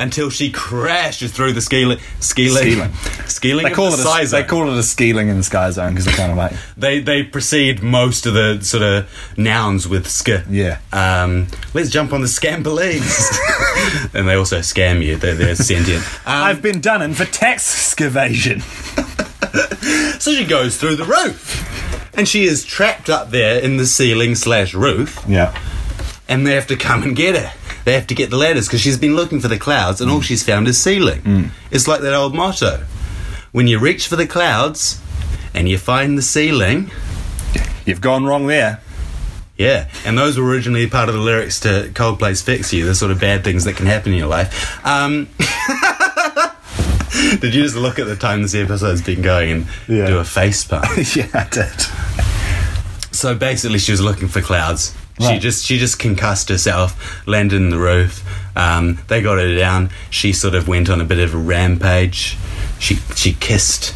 [SPEAKER 2] Until she crashes through the ski li- ski
[SPEAKER 1] Ski
[SPEAKER 2] link.
[SPEAKER 1] link.
[SPEAKER 2] Ski link.
[SPEAKER 1] They
[SPEAKER 2] of
[SPEAKER 1] call
[SPEAKER 2] the
[SPEAKER 1] it a,
[SPEAKER 2] size
[SPEAKER 1] they
[SPEAKER 2] zone
[SPEAKER 1] call it a scaling in the sky zone because they're kind of like
[SPEAKER 2] they they precede most of the sort of nouns with sk.
[SPEAKER 1] Yeah.
[SPEAKER 2] Um, let's jump on the scambolines. and they also scam you. They're, they're sentient. Um,
[SPEAKER 1] I've been done in for tax evasion.
[SPEAKER 2] so she goes through the roof, and she is trapped up there in the ceiling slash roof,
[SPEAKER 1] Yeah.
[SPEAKER 2] and they have to come and get her. They have to get the ladders because she's been looking for the clouds, and all she's found is ceiling. It's like that old motto: when you reach for the clouds, and you find the ceiling.
[SPEAKER 1] You've gone wrong there.
[SPEAKER 2] Yeah, and those were originally part of the lyrics to Coldplay's "Fix You," the sort of bad things that can happen in your life. Um, (laughs) Did you just look at the time this episode's been going and
[SPEAKER 1] Yeah.
[SPEAKER 2] do a face palm?
[SPEAKER 1] (laughs) yeah, I did.
[SPEAKER 2] so basically, she was looking for clouds. She
[SPEAKER 1] Right.
[SPEAKER 2] just she just concussed herself, landed in the roof. Um, they got her down. She sort of went on a bit of a rampage. She she kissed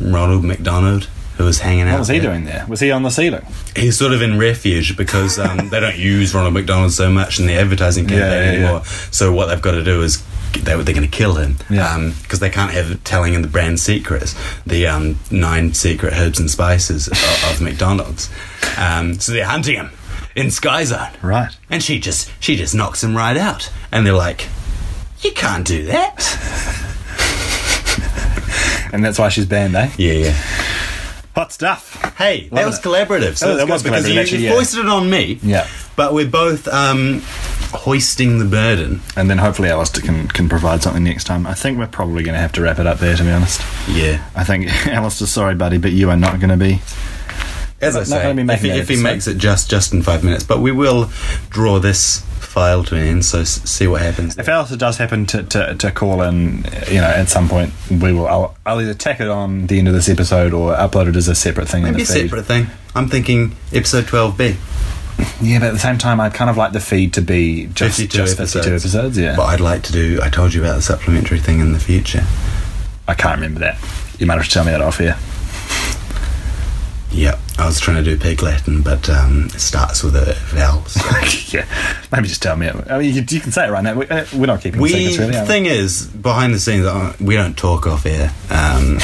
[SPEAKER 2] Ronald McDonald, who was hanging out.
[SPEAKER 1] What was he
[SPEAKER 2] there.
[SPEAKER 1] doing there? Was he on the ceiling?
[SPEAKER 2] he's sort of in refuge because um, they don't use Ronald McDonald so much in the advertising campaign
[SPEAKER 1] Yeah, yeah, yeah.
[SPEAKER 2] anymore. So what they've got to do is they, they're going to kill him because
[SPEAKER 1] Yeah.
[SPEAKER 2] they can't have telling him the brand secrets, the um, nine secret herbs and spices of, of McDonald's. Um, so they're hunting him in Sky Zone,
[SPEAKER 1] Right.
[SPEAKER 2] And she just she just knocks him right out, and they're like, "You can't
[SPEAKER 1] (laughs)
[SPEAKER 2] do that."
[SPEAKER 1] And that's why she's banned, eh?
[SPEAKER 2] Yeah, yeah.
[SPEAKER 1] Hot stuff.
[SPEAKER 2] Hey, that
[SPEAKER 1] it.
[SPEAKER 2] was collaborative.
[SPEAKER 1] Oh,
[SPEAKER 2] So
[SPEAKER 1] that
[SPEAKER 2] that
[SPEAKER 1] was
[SPEAKER 2] was because
[SPEAKER 1] collaborative,
[SPEAKER 2] you,
[SPEAKER 1] actually,
[SPEAKER 2] you
[SPEAKER 1] yeah.
[SPEAKER 2] foisted it on me.
[SPEAKER 1] Yeah.
[SPEAKER 2] But we're both um, hoisting the burden.
[SPEAKER 1] And then hopefully Alistair can, can provide something next time. I think we're probably going to have to wrap it up there, to be honest.
[SPEAKER 2] Yeah.
[SPEAKER 1] I think, (laughs) Alistair, sorry, buddy, but you are not going to be.
[SPEAKER 2] As I
[SPEAKER 1] Not
[SPEAKER 2] say,
[SPEAKER 1] gonna be
[SPEAKER 2] if
[SPEAKER 1] making
[SPEAKER 2] he,
[SPEAKER 1] that
[SPEAKER 2] if he
[SPEAKER 1] episode.
[SPEAKER 2] makes it just just in five minutes, but we will draw this file to an end. So s- see what happens.
[SPEAKER 1] If Alistair does happen to, to, to call in, you know, at some point, we will. I'll, I'll either tack it on the end of this episode or upload it as a separate thing. in
[SPEAKER 2] Maybe a
[SPEAKER 1] the feed.
[SPEAKER 2] separate thing. I'm thinking episode twelve B.
[SPEAKER 1] Yeah, but at the same time, I'd kind of like the feed to be just
[SPEAKER 2] 52
[SPEAKER 1] just 52
[SPEAKER 2] episodes.
[SPEAKER 1] episodes. Yeah.
[SPEAKER 2] But I'd like to do. I told you about the supplementary thing in the future.
[SPEAKER 1] I can't remember that. You might have to tell me that off here.
[SPEAKER 2] Yeah, I was trying to do pig Latin, but um, it starts with a vowel.
[SPEAKER 1] (laughs)
[SPEAKER 2] so-
[SPEAKER 1] yeah, maybe just tell me. It. I mean, you, you can say it right now. We, uh, we're not keeping
[SPEAKER 2] We
[SPEAKER 1] secrets, really.
[SPEAKER 2] the
[SPEAKER 1] are we?
[SPEAKER 2] thing is behind the scenes uh, we don't talk off air. Um,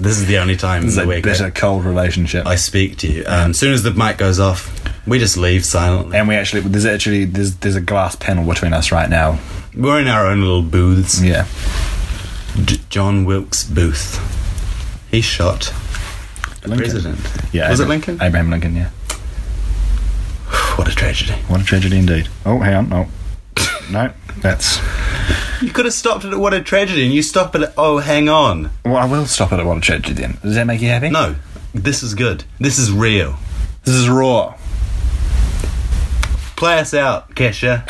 [SPEAKER 2] this is the only time in
[SPEAKER 1] It's
[SPEAKER 2] the
[SPEAKER 1] a
[SPEAKER 2] week
[SPEAKER 1] bitter, cold relationship.
[SPEAKER 2] I speak to you. Um, as soon as the mic goes off, we just leave silently.
[SPEAKER 1] and we actually there's actually there's there's a glass panel between us right now.
[SPEAKER 2] We're in our own little booths.
[SPEAKER 1] Yeah.
[SPEAKER 2] J- John Wilkes Booth. He shot a
[SPEAKER 1] Lincoln.
[SPEAKER 2] president.
[SPEAKER 1] Yeah.
[SPEAKER 2] Was it
[SPEAKER 1] Abra-
[SPEAKER 2] Lincoln?
[SPEAKER 1] Abraham Lincoln. Yeah.
[SPEAKER 2] What a tragedy.
[SPEAKER 1] What a tragedy indeed. Oh, hang on. No. No, that's.
[SPEAKER 2] You could have stopped it at what a tragedy, and you stop it at oh, hang on.
[SPEAKER 1] Well, I will stop it at what a tragedy then. Does that make you happy?
[SPEAKER 2] No, this is good. This is real.
[SPEAKER 1] This is raw.
[SPEAKER 2] Play us out, Kesha.